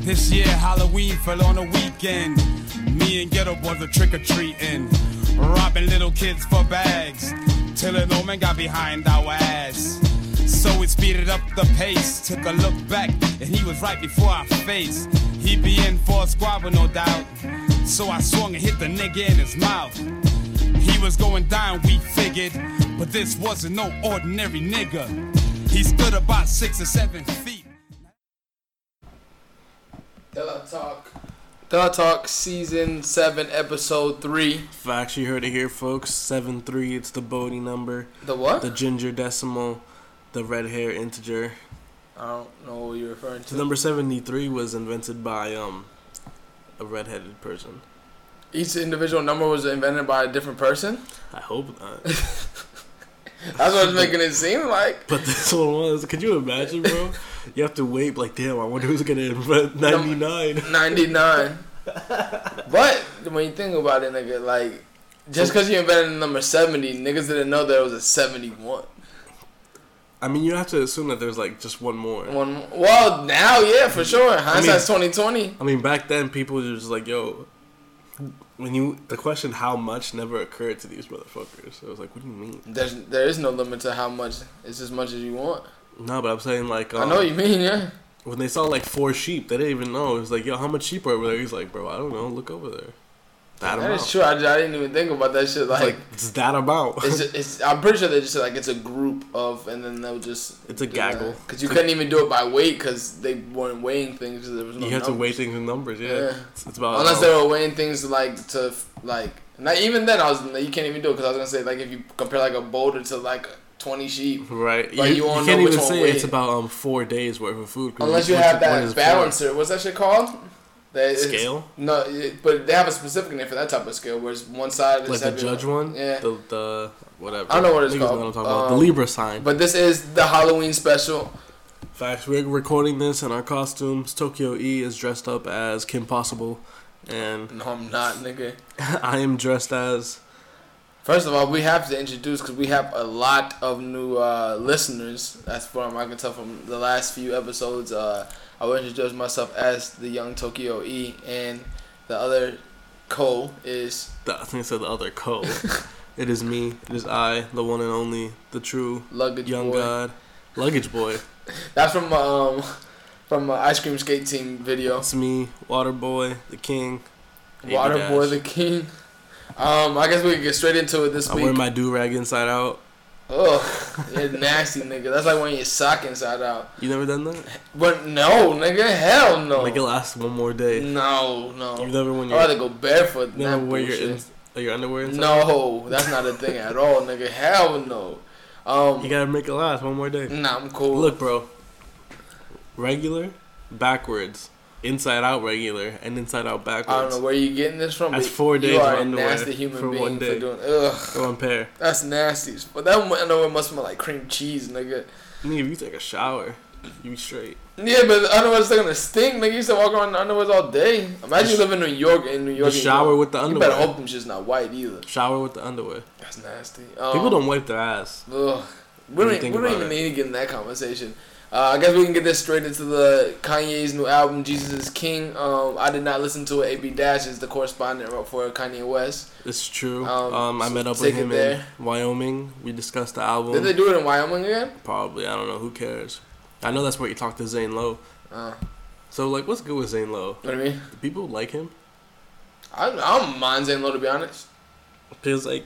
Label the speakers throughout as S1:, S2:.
S1: This year, Halloween fell on a weekend. Me and Ghetto Boys were trick or treating, robbing little kids for bags. Till an old man got behind our ass. So we speeded up the pace, took a look back, and he was right before our face. He be in for a squabble, no doubt. So I swung and hit the nigga in his mouth. He was going down, we figured, but this wasn't no ordinary nigga. He stood about six or seven feet.
S2: Duh Talk. Duh Talk Season 7, Episode 3.
S3: Facts, you heard it here, folks. Seven three, it's the Bodhi number,
S2: The what?
S3: the ginger decimal, the red hair integer.
S2: I don't know what you're referring to.
S3: The number seventy three was invented by um a redheaded person.
S2: Each individual number was invented by a different person.
S3: I hope not.
S2: That's what it's making it seem like.
S3: But this one was. Could you imagine, bro? You have to wait. Like, damn, I wonder who's gonna invent ninety nine.
S2: 99. but when you think about it, nigga, like, just because you invented the number 70, niggas didn't know there was a 71.
S3: I mean, you have to assume that there's like just one more.
S2: One, well, now, yeah, for sure. Hindsight's 2020.
S3: I mean, back then people were just like, yo. When you the question how much never occurred to these motherfuckers. I was like, what do you mean?
S2: There's, there is no limit to how much. It's as much as you want.
S3: No, but I'm saying like
S2: I
S3: um,
S2: know what you mean, yeah.
S3: when they saw like four sheep, they didn't even know. It was like, yo, how much sheep are over there? He's like, bro, I don't know. Look over there. That
S2: That
S3: amount.
S2: is true. I, I didn't even think about that shit.
S3: It's
S2: Like,
S3: like it's that amount.
S2: it's, it's, I'm pretty sure they just said, like it's a group of, and then they'll just.
S3: It's a gaggle.
S2: Because you couldn't even do it by weight because they weren't weighing things. 'cause there was no
S3: you have to
S2: numbers.
S3: weigh things in numbers. Yeah,
S2: Yeah.
S3: It's, it's about um,
S2: Unless they were weighing things like to like. Not even then, I was you can't even do it because I was gonna say like if you compare like a boulder to like twenty sheep,
S3: right.
S2: Like,
S3: you,
S2: you
S3: you
S2: won't
S3: can't
S2: know which
S3: even
S2: one
S3: say
S2: weighed.
S3: it's about um four days worth of food. 'cause
S2: unless you
S3: which
S2: have
S3: one is
S2: that
S3: four?
S2: balancer. What's that shit called? That is-
S3: Scale?
S2: No, it- but they have a specific name for that type of scale, where it's one side is
S3: Like the
S2: heavier.
S3: judge one,
S2: Yeah.
S3: The, the whatever.
S2: I don't know what it's
S3: Niggas
S2: called.
S3: Know what I'm talking about. The
S2: Um,
S3: Libra sign.
S2: But this is the Halloween special.
S3: Facts. We're recording this in our costumes. Tokyo E is dressed up as Kim Possible, and
S2: No, I'm not, nigga.
S3: I am dressed as
S2: First of all, we have to introduce because we have a lot of new uh, listeners. As far as I can tell from the last few episodes, uh, I will introduce myself as the young Tokyo E, and the other co is
S3: the, I think it said the other co. it is me. It is I, the one and only, the true
S2: Luggage
S3: young
S2: Boy.
S3: god, luggage boy.
S2: That's from um from uh, ice cream skate team video.
S3: It's me, water boy, the king. Baby
S2: Water Boy
S3: Dash.
S2: the King. Um, I guess we can get straight into it this
S3: I
S2: week.
S3: wear my do rag inside out.
S2: Ugh, you're nasty nigga. That's like wearing your sock inside out.
S3: You never done that?
S2: But no, nigga, hell no.
S3: Like it lasts one more day.
S2: No, no.
S3: You never when
S2: I'd
S3: you
S2: rather go barefoot than
S3: never
S2: that
S3: wear your
S2: bullshit.
S3: ins- like, your underwear inside.
S2: No, that's not a thing at all, nigga. Hell no. Um,
S3: You gotta make it last one more day.
S2: nah, I'm cool.
S3: Look, bro. Regular, backwards, inside out regular, and inside out
S2: I don't
S3: backwards.
S2: know where you getting this from.
S3: That's
S2: but
S3: four days
S2: You
S3: of
S2: are a
S3: underwear
S2: nasty human
S3: for
S2: being
S3: one
S2: for
S3: day.
S2: doing. Ugh,
S3: For one pair.
S2: that's nasty. But that underwear must smell like cream cheese, nigga.
S3: I mean, if you take a shower, you be straight.
S2: Yeah, but the underwear's still gonna stink. Nigga, you used to walk around in underwear's all day. Imagine you live in New York in New York.
S3: You
S2: and
S3: shower
S2: you,
S3: with the
S2: you
S3: underwear.
S2: better hope them shit's not white either.
S3: Shower with the underwear.
S2: That's nasty. Um,
S3: People don't wipe their ass.
S2: Ugh. We
S3: What do you
S2: don't, e-, we
S3: think
S2: don't
S3: about
S2: even
S3: it?
S2: need to get in that conversation. Uh, I guess we can get this straight into the Kanye's new album, Jesus is King. Um, I did not listen to it. AB Dash is the correspondent for Kanye West.
S3: It's true.
S2: Um,
S3: Um, I
S2: so
S3: met up
S2: take
S3: with him
S2: it
S3: in
S2: there.
S3: Wyoming. We discussed the
S2: Did
S3: album.
S2: they do it in Wyoming again?
S3: Probably. I don't know. Who cares? I know that's where you talked to Zane Lowe.
S2: Uh,
S3: So, like, what's good with Zane Lowe?
S2: what do you mean?
S3: Do people like him?
S2: I, I don't mind Zane Lowe, to be honest.
S3: Because, like,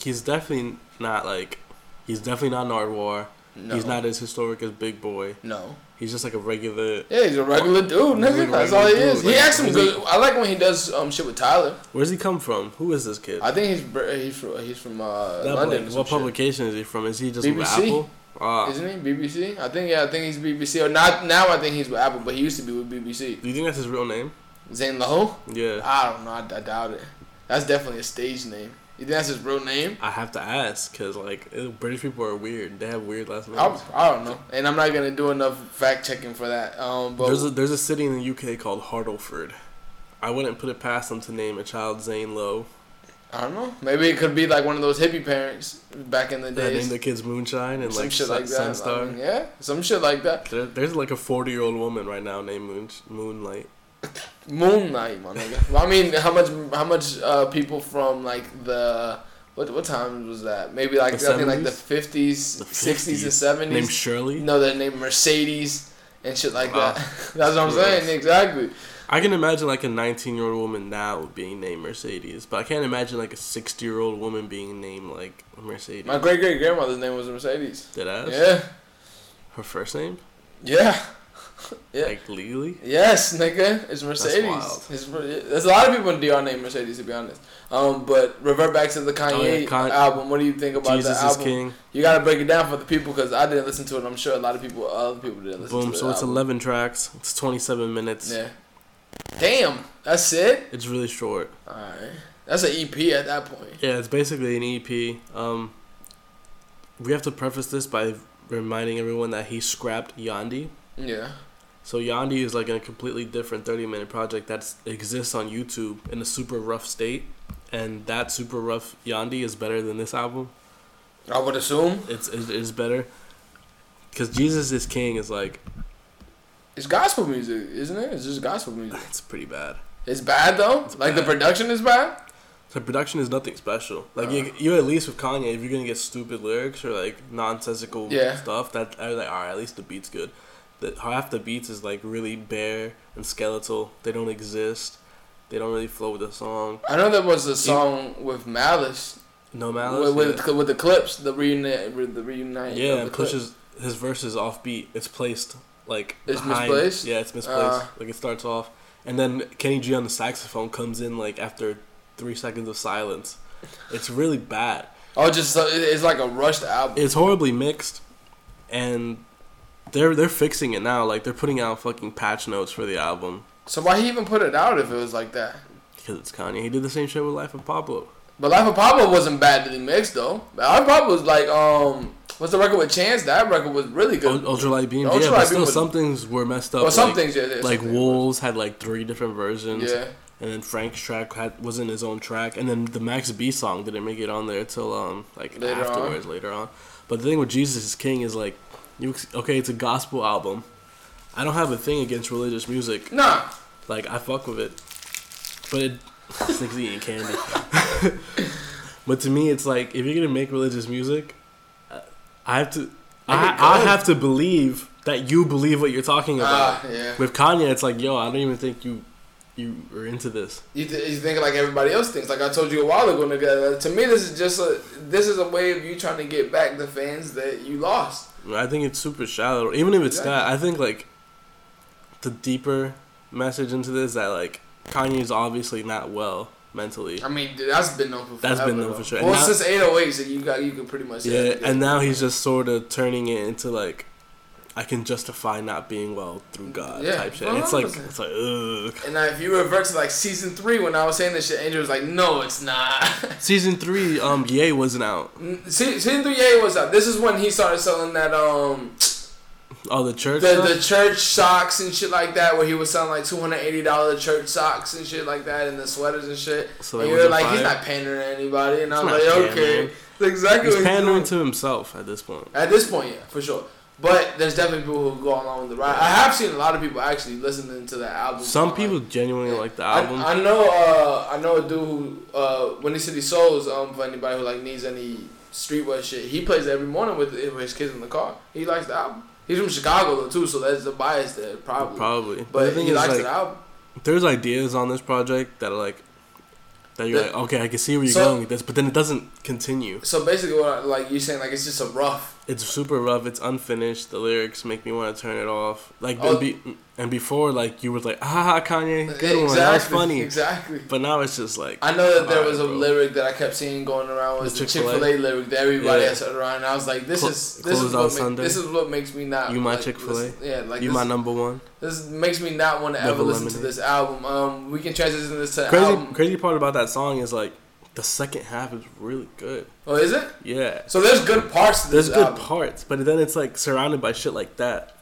S3: he's definitely not, like, he's definitely not Nardwar.
S2: No.
S3: He's not as historic as Big Boy.
S2: No.
S3: He's just, like, a regular.
S2: Yeah, he's a regular dude,
S3: He's a
S2: nigga. That's
S3: regular
S2: all he
S3: dude,
S2: is. He
S3: like,
S2: acts some
S3: he's
S2: good. I like when he does um shit with Tyler.
S3: Where's he come from? Who is this kid?
S2: I think he's Br- he's from he's from uh,
S3: That
S2: London.
S3: boy,
S2: or some
S3: what
S2: shit.
S3: publication is he from? Is he just with
S2: BBC?
S3: Apple? Ah.
S2: Isn't he BBC? I think yeah, I think he's BBC or not. Now I think he's with Apple, but he used to be with BBC.
S3: do you think that's his real name?
S2: Zane Lowe?
S3: Yeah.
S2: I don't know. I, I doubt it. That's definitely a stage name. You think that's his real name?
S3: I have to ask because, like, British people are weird. They have weird last names.
S2: I, I don't know, and I'm not gonna do enough fact checking for that. Um, but
S3: There's a, there's a city in the UK called Hartleford. I wouldn't put it past them to name a child Zane Lowe
S2: I don't know. Maybe it could be like one of those hippie parents back in the
S3: They named
S2: days.
S3: the kids Moonshine and
S2: some
S3: like,
S2: shit
S3: Sun-
S2: like that.
S3: Sunstar.
S2: I mean, yeah, some shit like that.
S3: There, there's like a 40 year old woman right now named Moon, Moonlight.
S2: Moonlight, my nigga. Well, I mean, how much? How much uh, people from like the what? What time was that? Maybe like
S3: The
S2: I think like the
S3: 70s?
S2: fifties,
S3: The
S2: sixties, and
S3: 50s. Named
S2: seventies.
S3: Shirley.
S2: No, they're named Mercedes and shit like
S3: Wow.
S2: that. That's what I'm saying. Exactly.
S3: I can imagine like a 19 year old woman now being named Mercedes, but I can't imagine like a 60 year old woman being named like Mercedes.
S2: My great great grandmother's name was Mercedes.
S3: Did I?
S2: Yeah.
S3: Her first name?
S2: Yeah. Yeah.
S3: Like legally?
S2: Yes, nigga, it's Mercedes.
S3: wild.
S2: It's, re- there's a lot of people in DR named Mercedes, to be honest. Um, but revert back to the Kanye
S3: Oh, yeah, Con-
S2: album. What do you think about
S3: Jesus
S2: the
S3: is
S2: album?
S3: King.
S2: You gotta break it down for the people because I didn't listen to it. I'm sure a lot of people, other people didn't listen
S3: Boom.
S2: to it.
S3: So it's 11 tracks. It's 27 minutes.
S2: Yeah. Damn, that's it.
S3: It's really short.
S2: All right, that's an EP at that point.
S3: Yeah, it's basically an EP. Um, we have to preface this by reminding everyone that he scrapped Yandi.
S2: Yeah.
S3: So Yandi is like a completely different 30 minute project that exists on YouTube in a super rough state. And that super rough Yandi is better than this album.
S2: I would assume
S3: It's it is better. Cause Jesus is King is like
S2: it's gospel music, isn't it? It's just gospel music.
S3: it's pretty bad.
S2: It's bad though. like the
S3: bad.
S2: production is bad.
S3: The production is nothing special. Like you, you at least with Kanye, if you're gonna get stupid lyrics or like nonsensical
S2: Yeah.
S3: stuff, that I was like, all right, at least the beat's good. That half the beats is like really bare and skeletal. They don't exist. They don't really flow with the song.
S2: I know there was a song with Malice
S3: No malice.
S2: with,
S3: yeah.
S2: with, with the clips, the reunite, with the reunite.
S3: Yeah,
S2: of the
S3: and
S2: clip.
S3: pushes his verses off beat. It's placed like
S2: It's misplaced?
S3: Yeah, it's misplaced.
S2: Uh.
S3: like it starts off, and then Kenny G on the saxophone comes in like after three seconds of silence. It's really bad.
S2: Oh, just so, it- it's like a rushed album.
S3: It's horribly mixed, and they're they're fixing it now. Like they're putting out fucking patch notes for the album
S2: So why he even put it out if it was like that?
S3: because it's Kanye. He did the same shit with Life of Pablo.
S2: But Life of Pablo wasn't badly mixed though. Life of Pablo was like um, what's the record with Chance? That record was really good.
S3: Ul- Ultralight Beams.
S2: The
S3: yeah,
S2: Ultralight
S3: but
S2: Beam
S3: still
S2: was-
S3: some things were messed up.
S2: Well, some
S3: like-
S2: things, yeah, yeah,
S3: like
S2: some things.
S3: Wolves had like three different versions.
S2: Yeah.
S3: And then Frank's track had, wasn't his own track, and then the Max B song didn't make it on there till um like
S2: Later
S3: afterwards later on. But the thing with Jesus is King is like, you ex- okay, it's a gospel album. I don't have a thing against religious music.
S2: Nah,
S3: Like I fuck with it, but it, it's like eating candy. but to me, it's like if you're gonna make religious music, uh, I have to. I,
S2: it
S3: I
S2: good.
S3: have to believe that you believe what you're talking about.
S2: Ah, yeah.
S3: With Kanye, it's like, yo, I don't even think you you are into this.
S2: you, th- you think like everybody else thinks. Like I told you a while ago, nigga. uh, To me, this is just a this is a way of you trying to get back the fans that you lost.
S3: I think it's super shallow. Even if it's that, I think like the deeper message into this that like Kanye's obviously not well mentally.
S2: I mean, dude, that's been known for.
S3: That's
S2: forever,
S3: been known
S2: though.
S3: for sure. And
S2: Well,
S3: now-
S2: since eight oh eight, so you got you can pretty much. say
S3: Yeah,
S2: that,
S3: and now he's just sort of turning it into like, I can justify not being well through God
S2: Yeah, Oh,
S3: type shit. And it's like
S2: 100%.
S3: it's like ugh.
S2: And I, if you revert to like season three when I was saying this shit, Angel was like, "No, it's not."
S3: Season three, um, Ye wasn't out.
S2: Se- season three, yeah, what's up? This is when he started selling that um
S3: Oh, the church.
S2: the
S3: stuff?
S2: the church socks and shit like that, where he was selling like two hundred eighty dollar church socks and shit like that, and the sweaters and shit.
S3: So
S2: So
S3: that
S2: and you were
S3: wasn't
S2: like,
S3: fire?
S2: "He's not pandering to anybody," and I was
S3: not
S2: like, "Okay,
S3: pandering.
S2: that's exactly."
S3: He's
S2: what
S3: pandering
S2: doing.
S3: to himself at this point.
S2: At this point, yeah, for sure. But there's definitely people who go along with the ride. I have seen a lot of people actually listening to that album.
S3: Some
S2: online.
S3: people genuinely like the album.
S2: I, I know. Uh, I know a dude who uh, Windy City Souls. Um, for anybody who like needs any streetwear shit, he plays every morning with, with his kids in the car. He likes the album. He's from Chicago though too, so there's a bias there probably.
S3: Probably, but the
S2: But
S3: thing
S2: he
S3: is,
S2: likes
S3: like,
S2: the album.
S3: there's ideas on this project that are like, that you're
S2: The-
S3: like, okay, I can see where you're
S2: So-
S3: going with this, but then it doesn't continue.
S2: So basically, what I, like you're saying, like it's just a rough.
S3: It's super rough. It's unfinished. The lyrics make me want to turn it off. Like
S2: Oh.
S3: and, be, and before, like you were like, "Ah, Kanye, good one, that was
S2: Exactly,
S3: funny."
S2: Exactly.
S3: But now it's just like
S2: I know that there
S3: alright,
S2: was a
S3: bro.
S2: lyric that I kept seeing going around was
S3: The
S2: the Chick
S3: Chick-fil-A?
S2: Fil A lyric that everybody
S3: Yeah.
S2: has around. And I was like, this
S3: Clo-
S2: is this
S3: closed
S2: is
S3: on
S2: what make,
S3: Sunday?
S2: this is what makes me not
S3: You my
S2: like,
S3: Chick-fil-A?
S2: listen- Yeah, like
S3: you
S2: this,
S3: my number one.
S2: This makes me not want to ever
S3: Double
S2: listen to
S3: lemonade.
S2: this album. Um, we can transition this to
S3: Crazy,
S2: album.
S3: crazy part about that song is like the second half is really good.
S2: Oh, is it?
S3: Yeah,
S2: So there's good parts to this
S3: there's good
S2: album.
S3: parts, but then it's like surrounded by shit like that.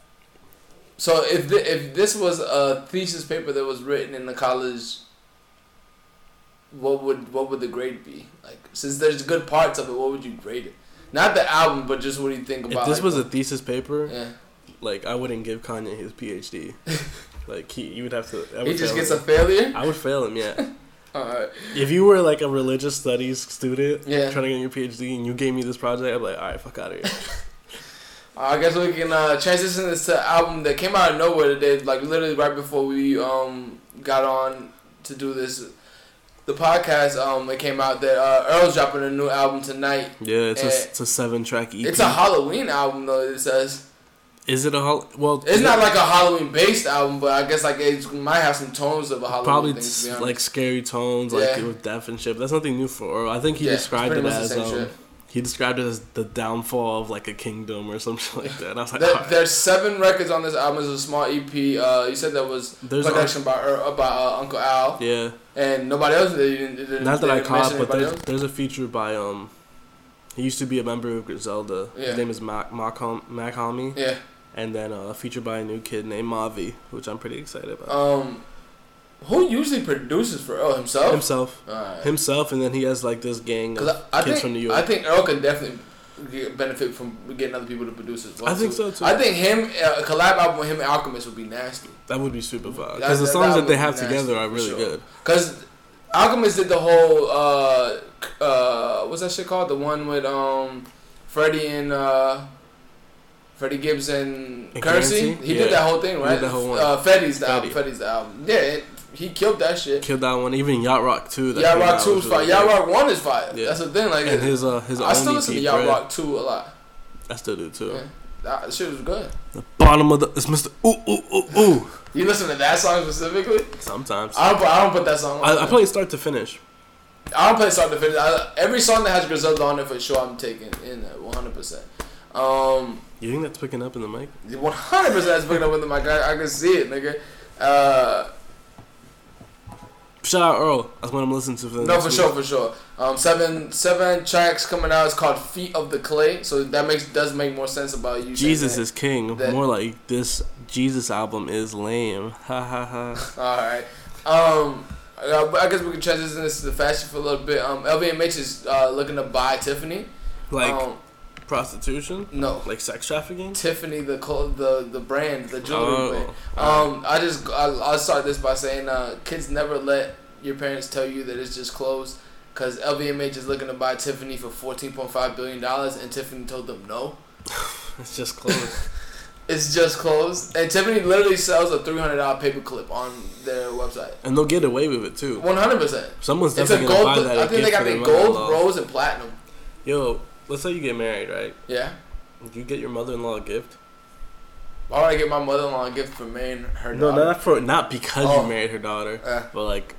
S2: so if thi- if this was a thesis paper that was written in the college what would what would the grade be? Like since there's good parts of it, what would you grade it? Not the album, but just what do you think about?
S3: If this
S2: like,
S3: was a
S2: the-
S3: thesis paper,
S2: yeah,
S3: like I wouldn't give Kanye his PhD. like he, you would have to. I would
S2: he just
S3: fail
S2: gets a
S3: him.
S2: failure.
S3: I would fail him. Yeah.
S2: All right,
S3: if you were like a religious studies student,
S2: Yeah.
S3: trying to get your PhD, and you gave me this project, I'd be like, all right, fuck out of here.
S2: I guess we can uh, transition this to an album that came out of nowhere today, like literally right before we um got on to do this, the podcast. Um, it came out that uh, Earl's dropping a new album tonight.
S3: yeah, it's a,
S2: Eh,
S3: it's a seven track EP.
S2: It's a Halloween album though. It says
S3: Is it a hol- well?
S2: it's
S3: yeah,
S2: not like a Halloween based album, but I guess like it might have some tones of a Halloween.
S3: probably
S2: thing,
S3: s-
S2: to be honest.
S3: like scary tones, like
S2: Yeah.
S3: with death and shit. But that's nothing new for Earl. I think he
S2: Yeah, it's
S3: described
S2: pretty
S3: it
S2: much the
S3: as
S2: same
S3: um,
S2: shit.
S3: he described it as the downfall of like a kingdom or something like that. And I was like,
S2: There,
S3: all right.
S2: There's seven records on this album. It's a small EP. Uh, you said that was
S3: There's
S2: production by Er- uh, by uh, Uncle Al
S3: yeah.
S2: and nobody else. They didn't, they didn't,
S3: Not
S2: they
S3: that I
S2: didn't
S3: caught,
S2: mention
S3: but
S2: anybody
S3: there's,
S2: else.
S3: there's a feature by um, he used to be a member of Griselda.
S2: Yeah.
S3: His name is Mac Mac, Mac Homie,
S2: yeah.
S3: and then uh, a feature by a new kid named Mavi, which I'm pretty excited about.
S2: Um, who usually produces for Earl himself?
S3: himself,
S2: Alright.
S3: himself, and then he has like this gang.
S2: Oh. Cause
S3: Of,
S2: I, I
S3: Kids
S2: think
S3: from New York.
S2: I think Earl can definitely get, benefit from getting other people to produce as well.
S3: I think so, too.
S2: I think him uh, a collab album with him and Alchemist would be nasty.
S3: that would be super fun
S2: That-
S3: because the
S2: that-
S3: songs
S2: that
S3: that, they
S2: would
S3: have
S2: be nasty,
S3: together are
S2: for
S3: really
S2: sure.
S3: good.
S2: Cause Alchemist did the whole uh c- uh what's that shit called? The one with um Freddie and uh Freddie Gibbs and
S3: And
S2: Currency.
S3: Currency?
S2: He
S3: Yeah.
S2: did that whole thing,
S3: He
S2: right?
S3: did that whole one.
S2: Uh, Fetty's the album.
S3: Fetty.
S2: Fetty's the album. Yeah, it, he killed that shit.
S3: Killed that one, even Yacht Rock too. that
S2: Yacht
S3: came
S2: Rock
S3: out,
S2: Two
S3: which
S2: is
S3: was
S2: fire.
S3: really
S2: Yacht
S3: good.
S2: Rock One is fire.
S3: Yeah.
S2: That's the thing. Like,
S3: and his uh his
S2: I still
S3: own
S2: listen to
S3: EP,
S2: Yacht
S3: Bread.
S2: Rock Two a lot.
S3: I still do too.
S2: Yeah. That that shit was good.
S3: The bottom of the it's Mr. Ooh ooh ooh ooh.
S2: You listen to that song specifically?
S3: Sometimes I,
S2: I don't. put- I don't put that song. On
S3: I, play start to finish.
S2: I don't play start to finish. I, every song that has Griselda on it for sure, I'm taking in at 100. percent Um,
S3: You think that's picking up in the mic?
S2: 100 percent that's picking up with the mic. I, I can see it, nigga. Uh,
S3: Shout out Earl. That's what I'm listening to for the
S2: no,
S3: next
S2: for
S3: week.
S2: sure, for sure. Um, seven seven tracks coming out. It's called Feet of the Clay, so that makes does make more sense about you.
S3: Jesus
S2: saying
S3: is king.
S2: that-
S3: More like this Jesus album is lame. Ha ha ha.
S2: that. all right. Um, uh, I guess we can transition this to the fashion for a little bit. Um, LVMH is uh, looking to buy Tiffany.
S3: Like
S2: um,
S3: prostitution?
S2: no.
S3: Like sex trafficking?
S2: Tiffany, the clo- the the brand, the jewelry
S3: Oh,
S2: brand. Um, I just I, I'll start this by saying, uh, kids never let your parents tell you that it's just clothes, because LVMH is looking to buy Tiffany for fourteen point five billion dollars, and Tiffany told them no,
S3: It's just clothes.
S2: it's just clothes. And Tiffany literally sells a three hundred dollar paperclip on their website,
S3: and they'll get away with it too.
S2: one hundred percent.
S3: Someone's
S2: It's a
S3: definitely gonna buy
S2: gold.
S3: that.
S2: I
S3: and
S2: think they
S3: gift for
S2: got
S3: their
S2: the gold,
S3: mother-in-law.
S2: rose, and platinum.
S3: Yo, let's say you get married, right?
S2: Yeah.
S3: You get your mother in law a gift.
S2: Why would I get my mother-in-law a gift for marrying her
S3: No,
S2: daughter?
S3: not for not because
S2: Oh.
S3: you married her daughter,
S2: Uh,
S3: but like.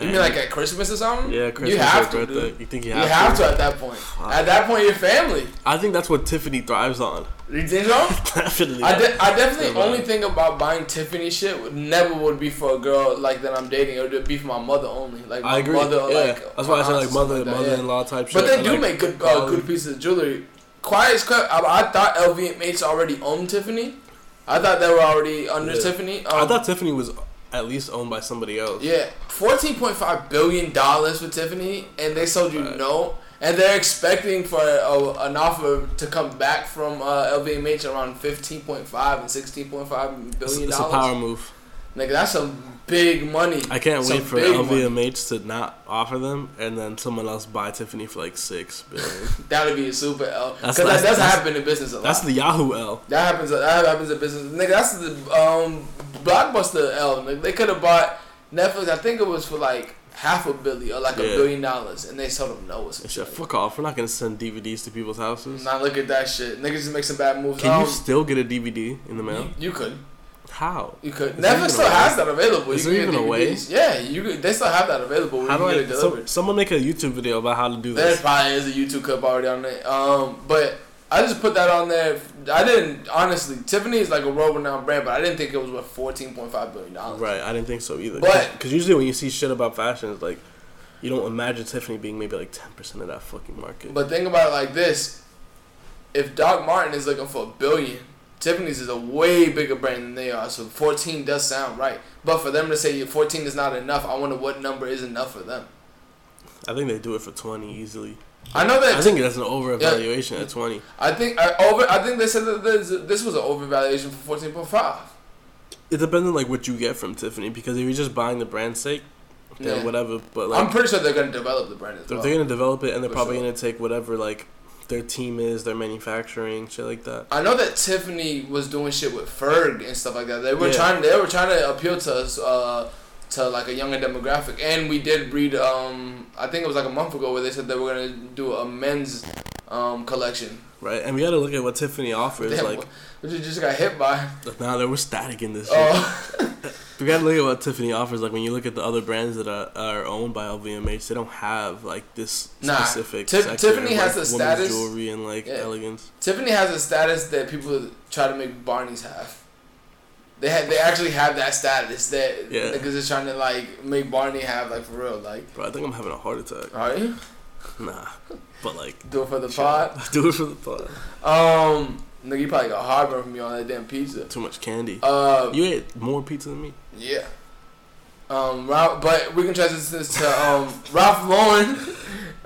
S2: you
S3: man,
S2: mean like at Christmas or something?
S3: yeah, Christmas
S2: you have
S3: or
S2: to,
S3: birthday?
S2: dude.
S3: You think you
S2: You
S3: have,
S2: have
S3: to?
S2: to at that point.
S3: Fuck.
S2: At that point, your family.
S3: I think that's what Tiffany thrives on.
S2: You think so?
S3: Definitely.
S2: I, de- I definitely
S3: Yeah,
S2: only
S3: man.
S2: think about buying Tiffany shit would never would be for a girl like that I'm dating. It would be for my mother only. Like my
S3: I agree.
S2: Mother,
S3: yeah,
S2: like,
S3: that's why
S2: my
S3: I said
S2: aunts
S3: like
S2: and
S3: mother,
S2: stuff like that, yeah.
S3: mother-in-law type shit.
S2: But they
S3: and,
S2: do
S3: like, um,
S2: make good uh,
S3: quality.
S2: good pieces of jewelry. Quiet as crap. I, I thought LVMH already owned Tiffany. I thought they were already under
S3: Yeah.
S2: Tiffany. Um,
S3: I thought Tiffany was at least owned by somebody else.
S2: Yeah, fourteen point five billion dollars for Tiffany, and they sold you no, and they're expecting for a, an offer to come back from uh, LVMH around fifteen point five and sixteen point five
S3: It's,
S2: billion
S3: it's a power
S2: dollars.
S3: move.
S2: Nigga, that's some big money.
S3: I can't
S2: Some
S3: wait for
S2: big money.
S3: LVMH to not offer them, and then someone else buy Tiffany for like six billion.
S2: That would be a super L, because
S3: That's-
S2: that
S3: that's-
S2: does
S3: that's-
S2: happen in business a lot.
S3: That's the Yahoo L.
S2: that happens. That happens in business. Nigga, that's the um blockbuster L. Nigga, they could have bought Netflix. I think it was for like half a billion or like a
S3: Yeah.
S2: billion dollars, and they sold them no. or some
S3: It's just
S2: shit.
S3: fuck off. We're not gonna send DVDs to people's houses.
S2: Nah, look at that shit. Niggas just make some bad moves.
S3: Can
S2: um,
S3: you still get a DVD in the mail?
S2: you could.
S3: How?
S2: You could.
S3: Is there
S2: Netflix
S3: even
S2: still
S3: a way?
S2: has that available.
S3: Is
S2: you
S3: there
S2: can
S3: even a
S2: get DVDs. Yeah, you could, they still have that available. Where
S3: How
S2: you can
S3: do I?
S2: get it
S3: So,
S2: delivered.
S3: someone make a YouTube video about how to do
S2: there
S3: this.
S2: probably is a YouTube clip already on it. Um, but I just put that on there. I didn't honestly. Tiffany is like a world-renowned brand, but I didn't think it was worth fourteen point five billion dollars.
S3: Right, I didn't think so either.
S2: But-
S3: because usually when you see shit about fashion, it's like you don't imagine Tiffany being maybe like ten percent of that fucking market.
S2: But think about it like this: if Doc Martin is looking for a billion, Tiffany's is a way bigger brand than they are. So fourteen does sound right. But for them to say fourteen is not enough, I wonder what number is enough for them.
S3: I think they do it for twenty easily.
S2: I know that
S3: I think that's an overvaluation at twenty.
S2: I think I over. I think they said that this, this was an overvaluation for fourteen point five.
S3: It depends on like what you get from Tiffany because if you're just buying the brand's sake, then
S2: Yeah.
S3: whatever. But like,
S2: I'm pretty sure they're gonna develop the brand as
S3: they're,
S2: well.
S3: they're gonna develop it and they're
S2: For
S3: probably
S2: sure.
S3: gonna take whatever like their team is, their manufacturing, shit like that.
S2: I know that Tiffany was doing shit with Ferg and stuff like that. They were
S3: Yeah.
S2: trying. They were trying to appeal to us. Uh, to like a younger demographic, and we did read. Um, I think it was like a month ago where they said they were gonna do a men's um collection.
S3: Right, and we got to look at what Tiffany offers.
S2: Damn,
S3: like,
S2: what you just got hit by.
S3: nah, there was static in this. shit.
S2: Oh,
S3: We got to look at what Tiffany offers. Like, when you look at the other brands that are, are owned by LVMH, they don't have like this
S2: Nah,
S3: specific.
S2: Tif-
S3: sector of,
S2: Tiffany has
S3: like,
S2: the
S3: women's
S2: status-
S3: jewelry and like
S2: Yeah.
S3: elegance.
S2: Tiffany has a status that people try to make Barney's have. They ha- they actually have that status that
S3: Yeah.
S2: because they're trying to like make Barney have like for real like.
S3: Bro, I think I'm having a heart attack.
S2: Are you
S3: Nah, but like,
S2: do it for the pot?
S3: do it for the pod.
S2: Um, nigga, you probably got heartburn from me on that damn pizza.
S3: Too much candy.
S2: Uh,
S3: You ate more pizza than me.
S2: yeah. Um, Ralph, but we can transition this to um, Ralph Lauren.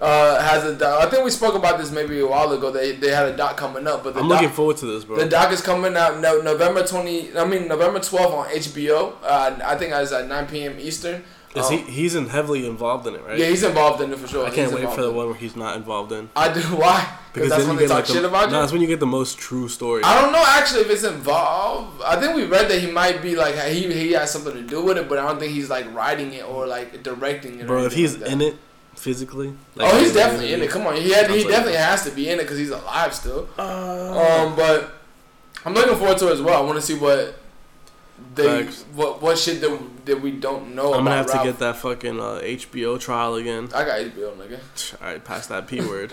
S2: Uh, has a doc. I think we spoke about this maybe a while ago. They they had a doc coming up, but the
S3: I'm
S2: doc,
S3: looking forward to this, bro.
S2: the doc is coming out no, November twenty. I mean November twelfth on HBO. Uh, I think it's at nine p.m. Eastern.
S3: Is he?
S2: Um,
S3: He's in heavily involved in it, right?
S2: Yeah, he's involved in it for sure.
S3: I can't
S2: He's
S3: wait
S2: involved
S3: for the
S2: in it.
S3: one where he's not involved in.
S2: I do why because that's when they talk
S3: the,
S2: shit about
S3: No,
S2: you.
S3: that's when you get the most true story.
S2: I don't know actually if it's involved. I think we read that he might be like he he has something to do with it, but I don't think he's like writing it or like directing it.
S3: Bro,
S2: or
S3: if he's in
S2: it,
S3: it physically,
S2: oh, he's definitely in it. Come on, he had,
S3: I'm
S2: he
S3: sorry.
S2: definitely has to be in it because he's alive still.
S3: Uh,
S2: Um, but I'm looking forward to it as well. I want to see what they
S3: Facts.
S2: what what shit that that we don't know.
S3: I'm gonna
S2: about
S3: have to
S2: Ralph.
S3: get that fucking uh, HBO trial again.
S2: I got HBO, nigga.
S3: All right, pass that p word,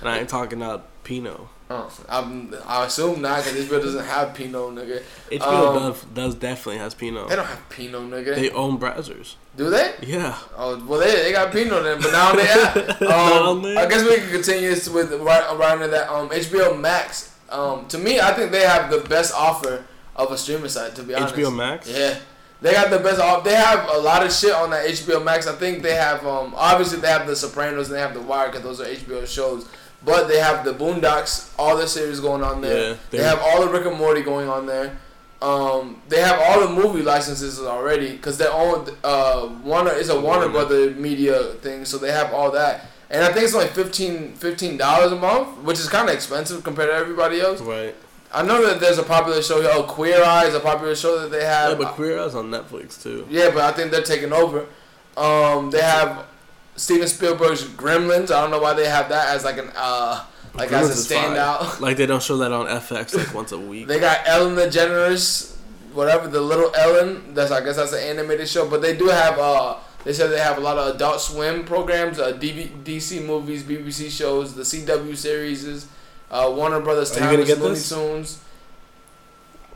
S3: and I ain't talking about Pino.
S2: Oh, I'm, I assume not because HBO doesn't have Pinot, nigga.
S3: HBO
S2: Um,
S3: does, does definitely has Pino.
S2: They don't have Pinot, nigga.
S3: Oh. They own browsers.
S2: do they?
S3: Yeah,
S2: Oh well, they, they got Pino then, but now they out.
S3: Now
S2: Um,
S3: they-
S2: I guess we can continue this with right around to that um, HBO Max. Um, to me, I think they have the best offer of a streaming site. To be honest,
S3: HBO Max.
S2: Yeah, they got the best off. They have a lot of shit on that HBO Max. I think they have um, obviously they have The Sopranos and they have The Wire because those are HBO shows. But they have The Boondocks, all the series going on there.
S3: Yeah,
S2: they
S3: they-
S2: have all the Rick and Morty going on there. Um, they have all the movie licenses already because they own uh Warner is a Warner
S3: Warner.
S2: Brother Media thing, so they have all that. And I think it's only 15 dollars a month, which is kind of expensive compared to everybody else.
S3: Right.
S2: I know that there's a popular show. Oh, Queer Eye is a popular show that they have.
S3: Yeah, but Queer Eye's on Netflix too.
S2: Yeah, but I think they're taking over. Um, they have Steven Spielberg's Gremlins. I don't know why they have that as like an uh, like
S3: Gremlins
S2: as
S3: is
S2: a
S3: fire.
S2: standout.
S3: Like they don't show that on FX like once a week.
S2: they got Ellen DeGeneres, whatever the little Ellen. That's I guess that's an animated show, but they do have uh. They said they have a lot of Adult Swim programs, uh, DV- DC movies, BBC shows, the CW series, uh, Warner Brothers,
S3: Are you gonna
S2: Timeless,
S3: get
S2: Looney
S3: this?
S2: Tunes.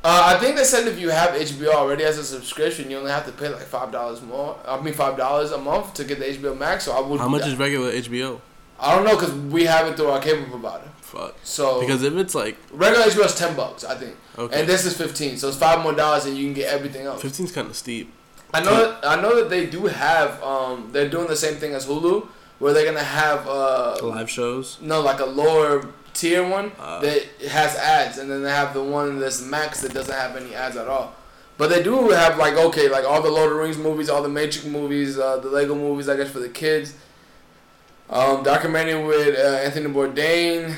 S2: Uh, I think they said if you have HBO already as a subscription, you only have to pay like five dollars more. I mean, five dollars a month to get the HBO Max. So I would.
S3: How much is regular HBO?
S2: I don't know because we have it through our cable provider.
S3: Fuck.
S2: So
S3: Because if it's like
S2: regular HBO is ten bucks, I think.
S3: okay,
S2: And this is fifteen, so it's five more dollars, and you can get everything else.
S3: fifteen's kind of steep.
S2: I know. That, I know that they do have. Um, they're doing the same thing as Hulu, where they're gonna have uh,
S3: Live shows.
S2: no, like a lower tier one
S3: Uh,
S2: that has ads, and then they have the one that's max that doesn't have any ads at all. But they do have like okay, like all the Lord of the Rings movies, all the Matrix movies, uh, the Lego movies, I guess for the kids. Um, documentary with uh, Anthony Bourdain.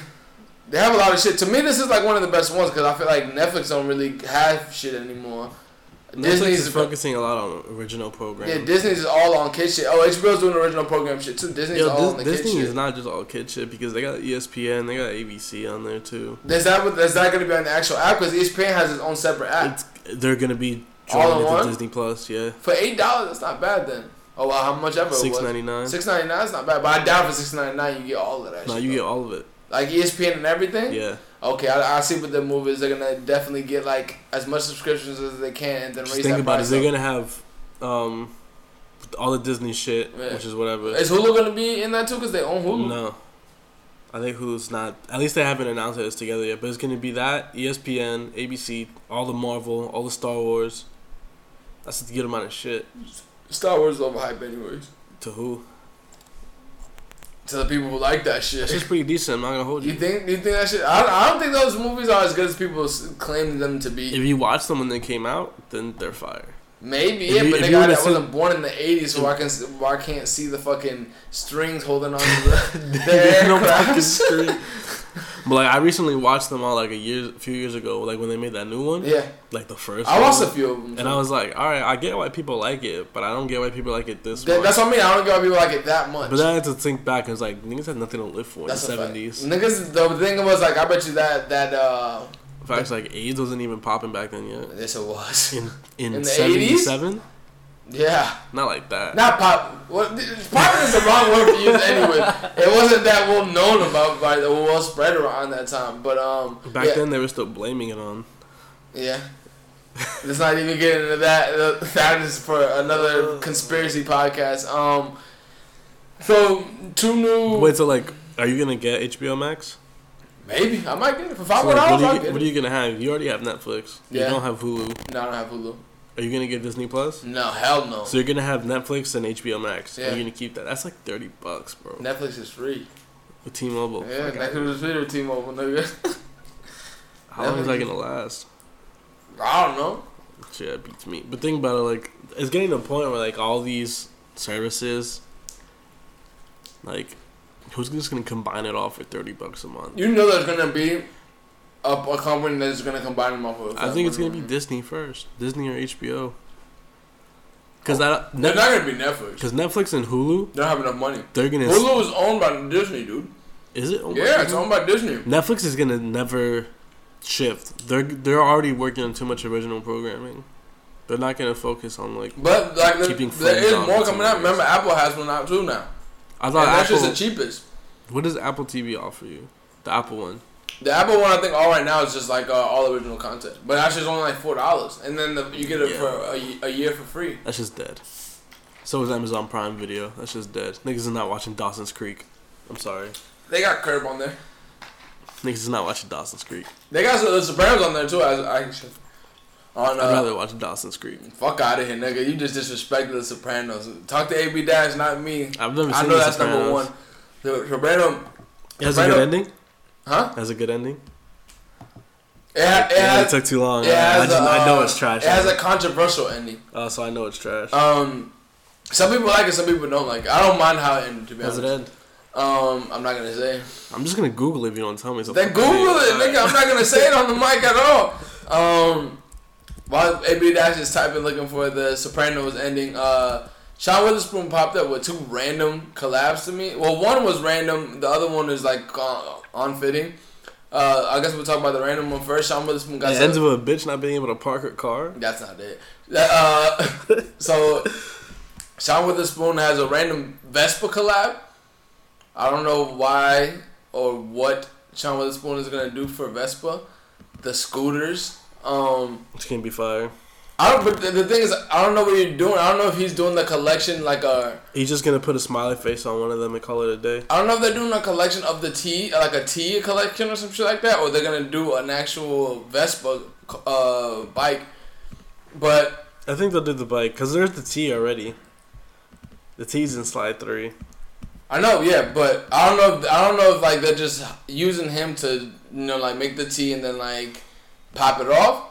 S2: They have a lot of shit. To me, this is like one of the best ones because I feel like Netflix don't really have shit anymore.
S3: Netflix is
S2: Disney's
S3: focusing a lot on original
S2: yeah,
S3: programming.
S2: Disney's is all on kid shit. Oh, HBO's doing original program shit too. Disney's
S3: Yo,
S2: all on the
S3: this, this
S2: kid
S3: thing
S2: shit.
S3: is not just all kid shit because they got E ESPN, they got ABC on there too.
S2: Is that what, is that going to be on the actual app? E Because each pin has its own separate app.
S3: It's they're gonna be
S2: All in
S3: joining
S2: one?
S3: to Disney Plus. Yeah,
S2: for eight dollars, that's not bad then. Oh wow, how much ever
S3: six
S2: it
S3: ninety nine.
S2: was. Six ninety nine is not bad, but I doubt for six ninety nine you get all of that.
S3: No,
S2: shit,
S3: you
S2: though.
S3: get all of it.
S2: like E ESPN and everything.
S3: Yeah,
S2: Okay, I, I see what the move is. They're gonna definitely get like as much subscriptions as they can, and then
S3: just
S2: raise
S3: think
S2: that
S3: about it.
S2: price
S3: They're
S2: up.
S3: gonna have um all the Disney shit,
S2: Yeah.
S3: which is whatever.
S2: Is Hulu gonna be in that too? Because they own Hulu.
S3: No. I think Hulu's not. At least they haven't announced it as together yet. But it's gonna be that E ESPN, ABC, all the Marvel, all the Star Wars. That's a good amount of shit.
S2: Star Wars is overhyped anyways.
S3: To who?
S2: to the people who like that shit.
S3: It's just pretty decent. I'm not gonna hold you.
S2: You think you think that shit? I, I don't think those movies are as good as people s- claim them to be.
S3: If you watch them when they came out, then they're fire.
S2: Maybe,
S3: if
S2: yeah,
S3: you-
S2: but
S3: if
S2: they
S3: you
S2: got
S3: would've
S2: that
S3: seen-
S2: wasn't born in the '80s, so I can s- why I can't see the fucking strings holding on to the, the
S3: You know, fucking
S2: aircraft.
S3: screw. But like I recently watched them all like a year, a few years ago, like when they made that new one,
S2: Yeah,
S3: like the first.
S2: I watched a
S3: one.
S2: few of them.
S3: and I was like, all right, I get why people like it, but I don't get why people like it this
S2: That-
S3: much.
S2: that's what I mean. I don't get why people like it that much.
S3: but then I had to think back and it's like niggas had nothing to live for
S2: that's
S3: in
S2: a
S3: the
S2: fact.
S3: '70s.
S2: Niggas, the thing was like, I bet you that that uh,
S3: In fact, like AIDS wasn't even popping back then yet.
S2: this it was.
S3: In in,
S2: In the 80s?
S3: '77,
S2: Yeah,
S3: not like that.
S2: not pop. Well, pop is the wrong word for you anyway. It wasn't that well known about by the well spread around that time. But um,
S3: Back
S2: yeah,
S3: then, they were still blaming it on.
S2: yeah. Let's not even get into that. That is for another conspiracy podcast. Um, so two new.
S3: Wait, so like, are you gonna get HBO Max?
S2: maybe I might get it for
S3: So,
S2: five dollars.
S3: like, what,
S2: I'll
S3: are
S2: get
S3: you,
S2: it.
S3: what are you gonna have? You already have Netflix.
S2: Yeah.
S3: You don't have Hulu.
S2: no, I don't have Hulu.
S3: Are you gonna get Disney Plus?
S2: No, hell no.
S3: So you're gonna have Netflix and HBO Max.
S2: Yeah.
S3: And you're gonna keep that. That's like thirty bucks, bro.
S2: Netflix is free.
S3: With T-Mobile.
S2: Yeah,
S3: Like,
S2: Netflix is free or T-Mobile, nigga.
S3: how long is that gonna last?
S2: I don't know.
S3: Shit, that beats me. But think about it. Like, it's getting to a point where like all these services, like, who's just gonna combine it all for thirty bucks a month?
S2: You know there's gonna be a, a company that's gonna combine them off of.
S3: I think it's gonna be Disney first, Disney or HBO. Because
S2: Oh. They're not gonna be Netflix.
S3: because Netflix and Hulu,
S2: They don't have enough money.
S3: they're gonna.
S2: Hulu is owned by Disney, dude.
S3: Is it? Oh owned by
S2: yeah, it's
S3: Disney?
S2: owned by Disney.
S3: Netflix is gonna never shift. They're they're already working on too much original programming. They're not gonna focus on like.
S2: But like, there,
S3: Keeping
S2: there
S3: friends
S2: is
S3: on
S2: more
S3: with
S2: coming out.
S3: somebody
S2: Remember, Apple has one out too now.
S3: I
S2: And
S3: thought
S2: that's
S3: Apple.
S2: just the cheapest.
S3: what does Apple TV offer you? The Apple one.
S2: The Apple one, I think, all right now is just like uh, all original content. But that's just only like four dollars, and then the, you get it
S3: Yeah.
S2: for a, ye- a year for free.
S3: That's just dead. So is Amazon Prime Video. That's just dead. Niggas is not watching Dawson's Creek. I'm sorry.
S2: They got Curb on there.
S3: Niggas is not watching Dawson's Creek.
S2: They got the Sopranos on there too. As I on
S3: I'd
S2: uh,
S3: rather watch Dawson's Creek.
S2: fuck out of here, nigga. You just disrespected the Sopranos. Talk to AB Dash, not me.
S3: I've never seen
S2: I know
S3: The
S2: that's number
S3: Sopranos.
S2: one. The Soprano,
S3: It has a
S2: Right
S3: good
S2: up-
S3: ending.
S2: huh?
S3: Has a good ending.
S2: It, ha- it
S3: Yeah, it
S2: has.
S3: took too long.
S2: It has
S3: I, just,
S2: a,
S3: I know
S2: uh,
S3: it's trash.
S2: It has a controversial ending.
S3: oh, so I know it's trash.
S2: Um, some people like it, some people don't like it. I don't mind how it ended. To be
S3: How Does
S2: honest,
S3: it end?
S2: um, I'm not gonna say.
S3: I'm just gonna Google if you don't tell me. So
S2: Then
S3: fuck
S2: Google
S3: you.
S2: it, nigga. I'm not gonna say it on the mic at all. Um, while AB Dash is typing looking for the Sopranos ending, uh, Sean Witherspoon popped up with two random collabs to me. Well, one was random, the other one is like on, on fitting. Uh, I guess we'll talk about the random one first. Sean Witherspoon got
S3: It
S2: some-
S3: ends with a bitch not being able to park her car.
S2: that's not it. Uh, so, Sean Witherspoon has a random Vespa collab. I don't know why or what Sean Witherspoon is gonna do for Vespa, the scooters. Um,
S3: It's gonna be fire.
S2: I don't. But the, the thing is, I don't know what you're doing. I don't know if he's doing the collection like a.
S3: He's just gonna put a smiley face on one of them and call it a day.
S2: I don't know if they're doing a collection of the tea, like a tea collection or some shit like that, or they're gonna do an actual Vespa uh, bike. But
S3: I think they'll do the bike because there's the T already. The T's in slide three.
S2: I know, yeah, but I don't know. If, I don't know if like they're just using him to you know like make the tea and then like pop it off.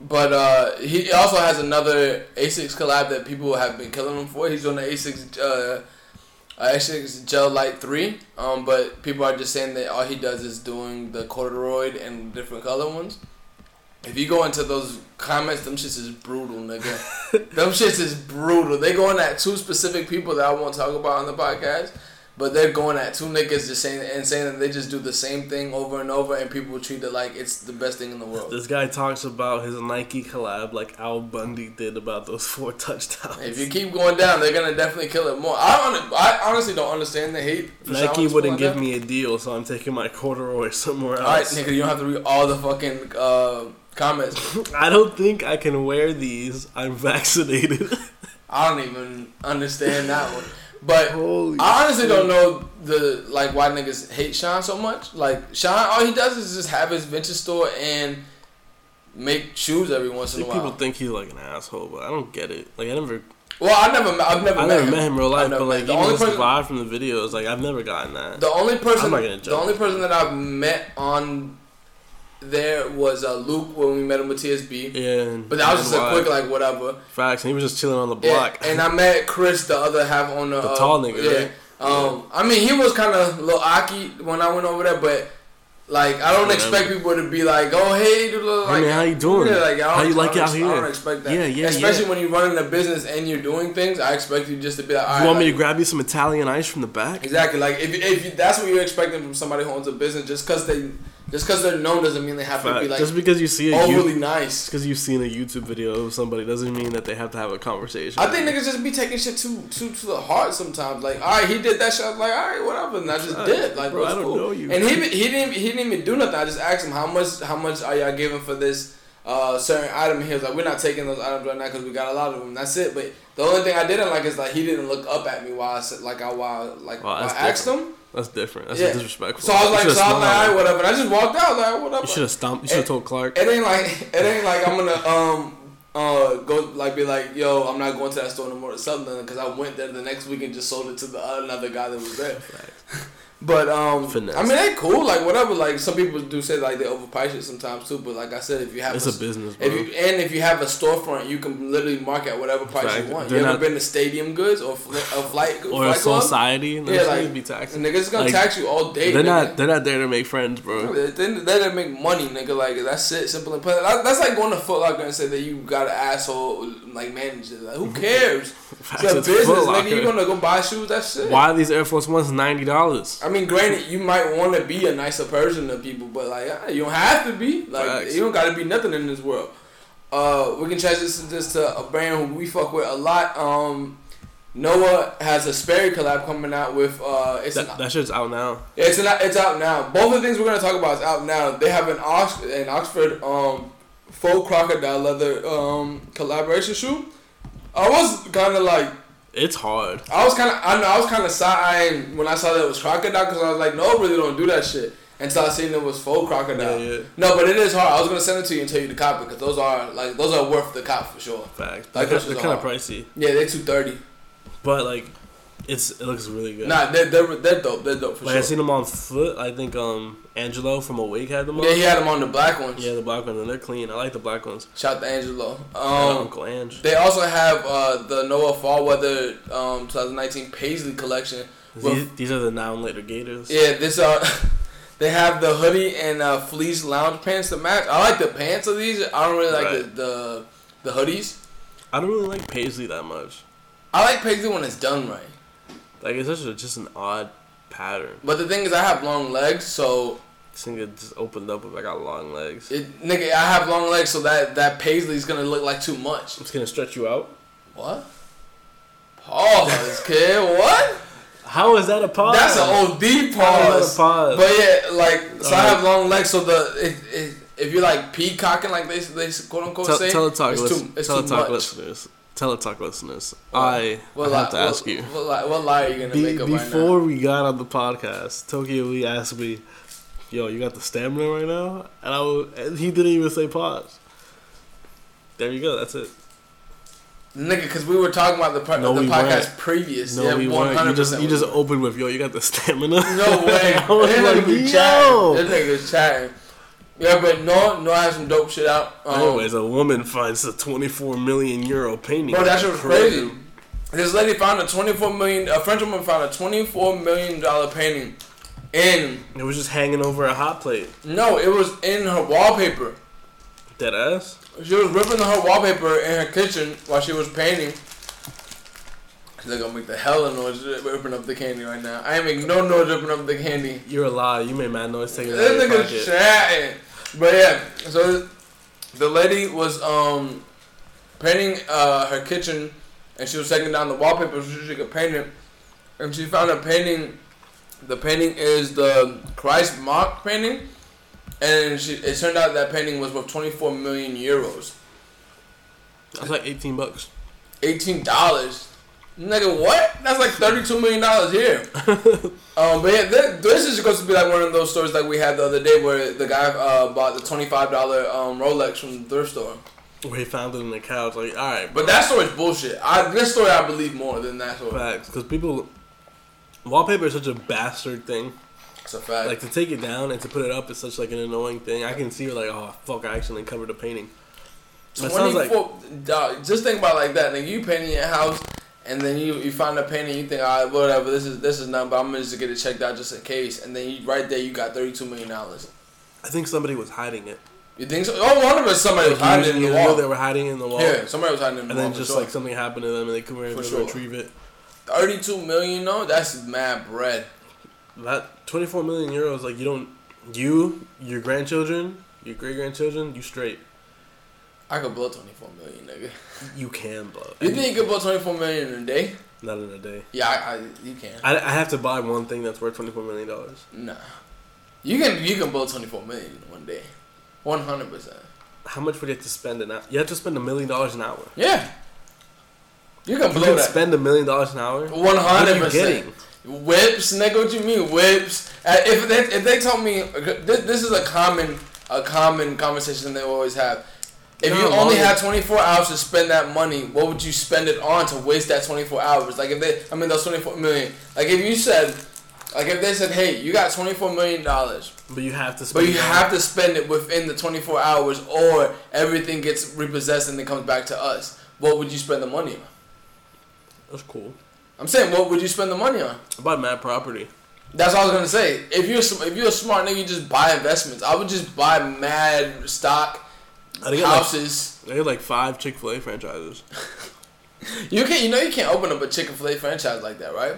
S2: But uh, he also has another Asics collab that people have been killing him for. He's doing the Asics uh, uh, Asics Gel Light Three. Um, but people are just saying that all he does is doing the corduroy and different color ones. If you go into those comments, them shits is brutal, nigga. Them shits is brutal. They going at two specific people that I won't talk about on the podcast, but they're going at two niggas just saying and saying that they just do the same thing over and over, and people treat it like it's the best thing in the world.
S3: This guy talks about his Nike collab like Al Bundy did about those four touchdowns.
S2: If you keep going down, they're gonna definitely kill it more. I don't. I honestly don't understand the hate. for Sean
S3: Nike
S2: Witherspoon
S3: wouldn't
S2: like
S3: give
S2: that.
S3: me a deal, so I'm taking my corduroy somewhere
S2: All right,
S3: else.
S2: nigga, you don't have to read all the fucking uh, comments.
S3: I don't think I can wear these. I'm vaccinated.
S2: I don't even understand that one. But
S3: Holy
S2: I honestly
S3: shit.
S2: don't know the like why niggas hate Sean so much. Like Sean, all he does is just have his venture store and make shoes every once
S3: I
S2: in a
S3: think
S2: while.
S3: people think he's like an asshole, but I don't get it. Like I never,
S2: Well, I never, met- I've never,
S3: I
S2: met,
S3: never
S2: him.
S3: met him in real life,
S2: I've never
S3: but
S2: met him.
S3: like even
S2: the only
S3: just the
S2: person,
S3: vibe from the videos, like I've never gotten that.
S2: the only person,
S3: I'm not gonna
S2: the
S3: judge.
S2: only person that I've met on there was uh, Luke when we met him with TSB.
S3: yeah,
S2: But that was just a
S3: why-
S2: quick like whatever.
S3: facts, and he was just chilling on the
S2: Yeah,
S3: block.
S2: and I met Chris, the other half on the,
S3: The
S2: uh,
S3: tall nigga,
S2: Yeah.
S3: right?
S2: Um, I mean, he was kind of little aki when I went over there, but like I don't
S3: Yeah.
S2: expect people to be like, "Oh, hey, dude, look,
S3: Hey,
S2: like,
S3: man, how you doing?
S2: Yeah, like, I don't-
S3: How you like
S2: I
S3: it
S2: don't
S3: out
S2: ex-
S3: here?
S2: I don't expect that.
S3: Yeah, yeah,
S2: Especially
S3: yeah.
S2: when you're running a business and you're doing things, I expect you just to be like, "All right."
S3: you want me
S2: like-
S3: to grab you some Italian ice from the back?
S2: Exactly. Like if if you, that's what you're expecting from somebody who owns a business, just because they just because they're known doesn't mean they have to
S3: Fact.
S2: be like
S3: just because you see a you-
S2: overly
S3: just
S2: nice.
S3: because you've seen a YouTube video of somebody doesn't mean that they have to have a conversation.
S2: I think niggas just be taking shit too too to the heart sometimes. Like, all right, he did that shit. I was like, all right, whatever. And I just
S3: Right.
S2: did. Like,
S3: Bro,
S2: what's
S3: I don't
S2: cool?
S3: know you.
S2: And he be- he didn't he didn't even do nothing. I just asked him how much how much are y'all giving for this uh, certain item. And he was like, we're not taking those items right now because we got a lot of them. That's it. But the only thing I didn't like is like he didn't look up at me while I said like I while like
S3: Wow,
S2: while I
S3: that's
S2: asked him.
S3: that's different. That's
S2: Yeah.
S3: disrespectful.
S2: So I was
S3: You
S2: like, so I
S3: should've
S2: was like, all
S3: smiled.
S2: right, whatever. And I just walked out like whatever.
S3: you should have stomped. You should have told Clark.
S2: It ain't like it ain't like I'm gonna um uh go like be like yo I'm not going to that store no more or something because I went there the next week and just sold it to the another guy that was there. But um,
S3: Finesse.
S2: I mean, they cool like whatever. Like some people do say like they overprice it sometimes too. But like I said, if you have
S3: It's a business, bro.
S2: if you, and if you have a storefront, you can literally mark at whatever price
S3: Fact.
S2: you want.
S3: They're
S2: you ever
S3: not-
S2: been to Stadium Goods or fl- a flight
S3: or a
S2: flight club?
S3: society.
S2: Yeah,
S3: Those
S2: like
S3: niggas be taxing.
S2: Niggas gonna
S3: Like,
S2: tax you all day.
S3: They're
S2: nigga.
S3: not. They're not there to make friends, bro.
S2: At the end of the day, they make money, nigga. Like that's it, simple and plain. That- That's like going to Foot Locker and say that you got an asshole like manager. Like who cares? It's a
S3: It's
S2: business,
S3: Foot
S2: nigga. You
S3: Locker.
S2: gonna go buy shoes? That's it.
S3: Why are these Air Force Ones ninety dollars?
S2: I mean, granted, you might want to be a nicer person to people, but like ah, you don't have to be. Like
S3: Facts.
S2: you don't gotta be nothing in this world. Uh, we can transition this to a brand who we fuck with a lot. Um, Noah has a Sperry collab coming out with. Uh, it's an
S3: That, that shit's out now.
S2: yeah, it's not, it's out now. Both of the things we're gonna talk about is out now. They have an Ox an Oxford um faux crocodile leather um collaboration shoe. I was kind of like
S3: It's hard.
S2: I was kind of I know I was kind of side eyeing when I saw that it was crocodile because I was like no really don't do that shit until I seen it was faux crocodile.
S3: Yeah, yeah.
S2: No, but it is hard. I was gonna send it to you and tell you to cop it because those are like those are worth the cop for sure.
S3: Facts.
S2: Like,
S3: they're
S2: that's
S3: they're
S2: just
S3: kind of
S2: hard.
S3: pricey,
S2: Yeah, they're two thirty.
S3: but like, it's it looks really good.
S2: Nah, they're, they're they're dope. They're dope for
S3: like I
S2: sure.
S3: seen them on foot. I think um Angelo from Awake had them on.
S2: Yeah, he had them on the black ones.
S3: Yeah, the black ones and they're clean. I like the black ones.
S2: Shout to Angelo.
S3: And
S2: Um,
S3: Uncle Ange.
S2: They also have uh, the Noah Fallweather um, 2019 Paisley collection.
S3: these, these are the now and later Gators.
S2: Yeah, this uh, they have the hoodie and uh, fleece lounge pants to match. I like the pants of these. I don't really like
S3: Right.
S2: the, the the hoodies.
S3: I don't really like Paisley that much.
S2: I like Paisley when it's done right.
S3: Like it's such a, just an odd pattern.
S2: But the thing is, I have long legs, so
S3: This nigga just opened up, but I got long legs.
S2: it, nigga, I have long legs, so that that Paisley's gonna look like too much.
S3: I'm just gonna stretch you out.
S2: What? Pause, kid. What?
S3: How is that a pause?
S2: That's an OD
S3: That's
S2: pause.
S3: a pause.
S2: But yeah, like so I
S3: Alright.
S2: have long legs, so the it, it, if you're like peacocking, like they they quote unquote
S3: Tell
S2: say,
S3: teletalk,
S2: it's
S3: listen,
S2: too it's too
S3: teletalk
S2: much.
S3: listeners. Teletalk listeners. I,
S2: What
S3: I
S2: lie-
S3: have to
S2: what-
S3: ask you.
S2: what, lie, what lie are you gonna
S3: Be-
S2: make up
S3: before
S2: right
S3: we got on the podcast, Tokyo Lee asked me, "Yo, you got the stamina right now?" And I was, and he didn't even say pause. There you go. That's it.
S2: now, nigga? Because we were talking about the, part,
S3: No,
S2: the
S3: we
S2: podcast
S3: weren't.
S2: previous.
S3: No,
S2: yeah,
S3: we weren't. You just
S2: 100%
S3: you just
S2: we weren't.
S3: opened with, "Yo, you got the stamina."
S2: no way.
S3: I was
S2: this
S3: like,
S2: nigga be
S3: "Yo."
S2: chatting. This nigga's chatting. Yeah, but no, no, I have some dope shit out. Um,
S3: Anyways, a woman finds a 24 million euro painting.
S2: Bro, that shit was crazy. This lady found a twenty-four million. A French woman found a twenty-four million dollar painting in.
S3: It was just hanging over a hot plate.
S2: No, it was in her wallpaper.
S3: Dead ass.
S2: She was ripping her wallpaper in her kitchen while she was painting. They're gonna make the hell of noise ripping up the candy right now. I ain't making no noise ripping up the candy.
S3: You're alive. You made mad noise taking that out of
S2: This
S3: your
S2: nigga's
S3: pocket.
S2: chatting. But yeah, so the lady was um painting uh, her kitchen, and she was taking down the wallpaper so she could paint it. And she found a painting. The painting is the Christ mock painting, and she, it turned out that painting was worth twenty four million euros,
S3: That's like 18 bucks.
S2: eighteen dollars. Nigga, what? That's like thirty-two million dollars here. um, but yeah, th- this is supposed to be like one of those stories like we had the other day where the guy uh, bought the twenty-five dollar um, Rolex from the thrift store.
S3: where he found it in the couch. Like, all right,
S2: But that story's bullshit. I this story I believe more than that story.
S3: facts because people wallpaper is such a bastard thing.
S2: It's a fact.
S3: Like to take it down and to put it up is such like an annoying thing. I can see like, oh fuck, I actually covered a painting. But it sounds like
S2: 24, dog, just think about it like that. Nigga, you painting your house, and then you, you find a painting, you think, all right, whatever, this is this is nothing, but I'm gonna just get it checked out just in case. And then you, right there, you got thirty two million dollars.
S3: I think somebody was hiding it.
S2: You think so? Oh, one of us, somebody was hiding it in
S3: You
S2: the
S3: know
S2: wall.
S3: They were hiding in the wall.
S2: Yeah, somebody was hiding it in the
S3: and
S2: wall.
S3: then
S2: for
S3: just
S2: sure.
S3: like something happened to them and they couldn't
S2: For
S3: able to
S2: sure.
S3: retrieve it.
S2: thirty two million, though, that's mad bread.
S3: That twenty four million euros, like you don't, you, your grandchildren, your great grandchildren, you straight.
S2: I could blow twenty four million, nigga.
S3: You can blow.
S2: You think you could blow twenty four million in a day?
S3: Not in a day.
S2: Yeah, I, I, you can.
S3: I, I have to buy one thing that's worth twenty four million dollars.
S2: Nah, you can you can blow twenty four million in one day, one hundred percent.
S3: How much would you have to spend an hour? You have to spend a million dollars an hour.
S2: Yeah, you can
S3: You
S2: blow
S3: can
S2: that.
S3: spend a million dollars an hour.
S2: One
S3: What are
S2: hundred
S3: you
S2: percent.
S3: getting?
S2: Whips, nigga. What you mean whips? Uh, If they, if they tell me uh, this, this is a common a common conversation they always have. If
S3: No,
S2: you only
S3: money.
S2: had 24 hours to spend that money, what would you spend it on to waste that 24 hours? Like if they, I mean, those 24 million. Like if you said, like if they said, hey, you got 24 million dollars,
S3: But you have to spend.
S2: but you have to spend it within the 24 hours, or everything gets repossessed and it comes back to us. What would you spend the money on?
S3: That's cool.
S2: I'm saying, what would you spend the money on?
S3: I bought mad property.
S2: That's what I was gonna say. If you're sm- if you're a smart nigga, you just buy investments. I would just buy mad stock
S3: I think I got, like,
S2: houses.
S3: I got like five Chick Fil A franchises.
S2: You can you know you can't open up a Chick Fil A franchise like that, right?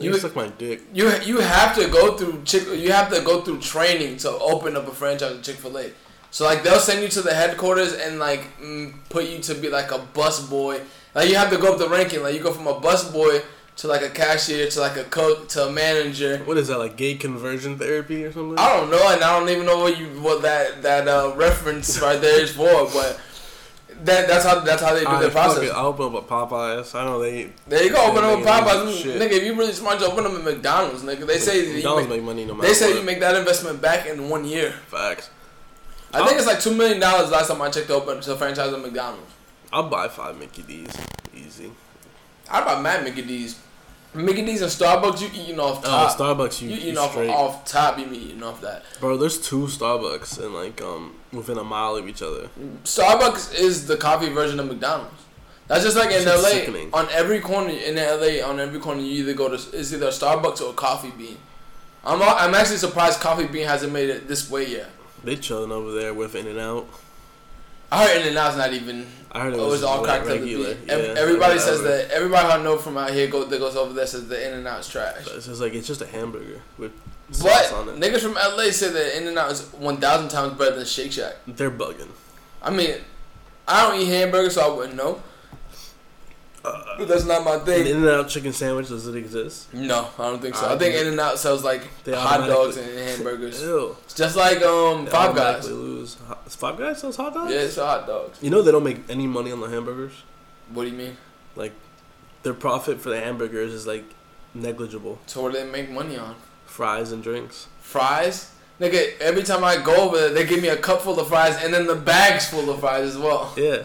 S3: You
S2: You-
S3: suck my dick.
S2: You you have to go through Chick you have to go through training to open up a franchise of Chick Fil A. So like they'll send you to the headquarters and like mm, put you to be like a bus boy. Like you have to go up the ranking. Like you go from a bus boy to like a cashier to like a cook to a manager.
S3: What is that like? Gay conversion therapy or something?
S2: I don't know, and I don't even know what you what that that uh, reference right there is for, but that that's how that's how they do
S3: Alright,
S2: their
S3: fuck
S2: process.
S3: it. I'll open up a Popeyes. I know they eat.
S2: There you go, open
S3: They
S2: up a
S3: make it
S2: Popeyes,
S3: shit.
S2: nigga. If you really smart, you open them at McDonald's, nigga. They say that you
S3: McDonald's
S2: make,
S3: make money no matter.
S2: they say
S3: what.
S2: you make that investment back in one year.
S3: facts.
S2: I think it's like two million dollars last time I checked to open to franchise at McDonald's.
S3: I'll buy five Mickey D's. Easy.
S2: I bought mad Mickey D's, Mickey D's and Starbucks. You eating off
S3: Oh,
S2: top?
S3: Starbucks, you,
S2: Uh, you
S3: you,
S2: eating off
S3: straight.
S2: off top? You be eating off that?
S3: Bro, there's two Starbucks and like um within a mile of each other.
S2: Starbucks is the coffee version of McDonald's. That's just like in
S3: That's
S2: LA.
S3: sickening.
S2: On every corner in LA, on every corner, you either go to it's either a Starbucks or a Coffee Bean. I'm al- I'm actually surprised Coffee Bean hasn't made it this way yet.
S3: They chilling over there with In and Out.
S2: I heard In and Out's not even.
S3: I heard it
S2: Oh,
S3: was,
S2: it's all
S3: like,
S2: cracked up. to
S3: regular.
S2: be.
S3: Yeah,
S2: Ev- everybody
S3: or
S2: says
S3: whatever.
S2: that. Everybody I know from out here go that goes over there says the In and Out's trash.
S3: But It's just like it's just a hamburger with
S2: But
S3: sauce on it.
S2: niggas from LA say that In and Out is one thousand times better than Shake Shack.
S3: They're bugging.
S2: I mean, I don't eat hamburgers, so I wouldn't know. but that's not my thing.
S3: An In and Out chicken sandwich does it exist?
S2: No, I don't think so. I
S3: I
S2: think
S3: think-
S2: In and Out sells like
S3: They
S2: hot dogs and
S3: automatically-
S2: hamburgers.
S3: Ew.
S2: It's just like um
S3: They
S2: Five
S3: automatically
S2: Guys.
S3: Lose. Hot- is Five Guys sells hot dogs.
S2: Yeah, it's hot dogs.
S3: You know they don't make any money on the hamburgers.
S2: What do you mean?
S3: Like their profit for the hamburgers is like negligible.
S2: So what do they make money on?
S3: Fries and drinks.
S2: Fries? Nigga, every time I go over there, they give me a cup full of fries and then the bags full of fries as well.
S3: Yeah,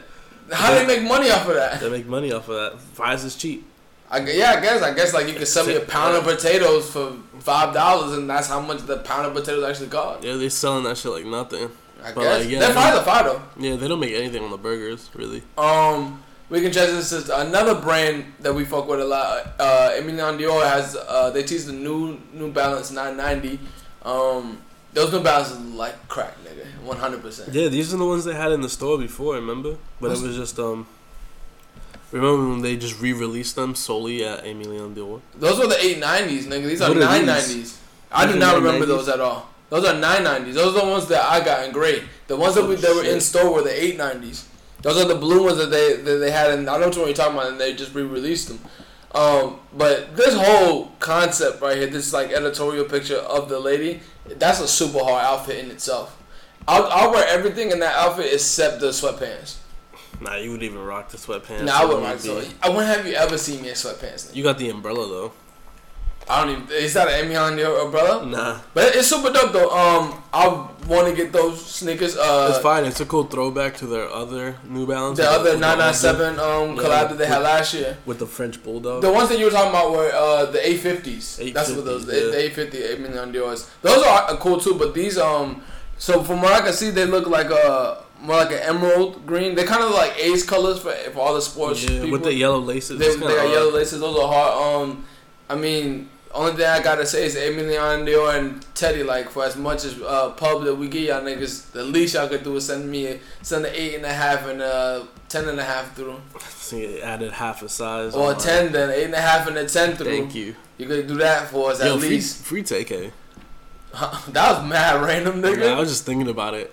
S2: How do they make money off of that?
S3: they make money off of that. Fries is cheap.
S2: I, gu- yeah, I guess. I guess like you could sell me a pound of potatoes for five dollars, and that's how much the pound of potatoes actually cost.
S3: Yeah, they're selling that shit like nothing.
S2: I
S3: But,
S2: guess.
S3: like, yeah,
S2: Their
S3: they-
S2: fries are fire though.
S3: Yeah, they don't make anything on the burgers really.
S2: Um, we can transition to another brand that we fuck with a lot. Uh, Emilion Dior has uh, they tease the new New Balance 990. Um, those New Balances look like crack, nigga, 100. percent
S3: Yeah, these are the ones they had in the store before. Remember, but
S2: What's-
S3: it was just um. Remember when they just re-released them solely at Amy Leon Dior?
S2: Those were the 890s, nigga. These are
S3: What are these?
S2: 990s. I
S3: These
S2: do
S3: are
S2: not remember
S3: 990s?
S2: those at all. Those are 990s. Those are the ones that I got in gray. The ones that, we, that were in
S3: shit.
S2: store were the 890s. Those are the blue ones that they that they had, and I don't know what you're talking about, and they just re-released them. Um, but this whole concept right here, this like editorial picture of the lady, that's a super hard outfit in itself. I'll, I'll wear everything in that outfit except the sweatpants.
S3: Nah, you would even rock the sweatpants.
S2: Now I
S3: It
S2: wouldn't like
S3: be-
S2: so. I wouldn't have you ever seen me in sweatpants. nigga.
S3: You got the umbrella though.
S2: I don't even. Is that an Emmy on your umbrella?
S3: Nah.
S2: But it's super dope though. Um, I want to get those sneakers.
S3: It's
S2: Uh,
S3: fine. It's a cool throwback to their other New Balance.
S2: the
S3: with
S2: other
S3: with the-
S2: 997 um
S3: Yeah.
S2: collab that they had last year.
S3: with the French bulldog.
S2: The ones that you were talking about were uh, the A50s. That's what those the,
S3: A50, yeah.
S2: the A50 8 million Dior's. Those are uh, cool too, but these um. So from what I can see, they look like a more like an emerald green. They're kind of like ace colors for, for all the sports
S3: yeah,
S2: people.
S3: with the yellow laces.
S2: They,
S3: It's
S2: they
S3: kinda
S2: got
S3: odd.
S2: yellow laces. Those are hard. Um, I mean, only thing I gotta say is Emilion Dior and Teddy. Like for as much as uh, pub that we give y'all niggas, the least y'all could do is send me a, send an eight and a half and a ten and a half through,
S3: See, it added half a size.
S2: or a
S3: I'm like,
S2: ten then eight and a half and a ten through.
S3: Thank you.
S2: You could do that for us
S3: Yo,
S2: at
S3: free,
S2: least.
S3: free TK.
S2: that was mad random,
S3: Like, I
S2: nigga.
S3: was just thinking about it.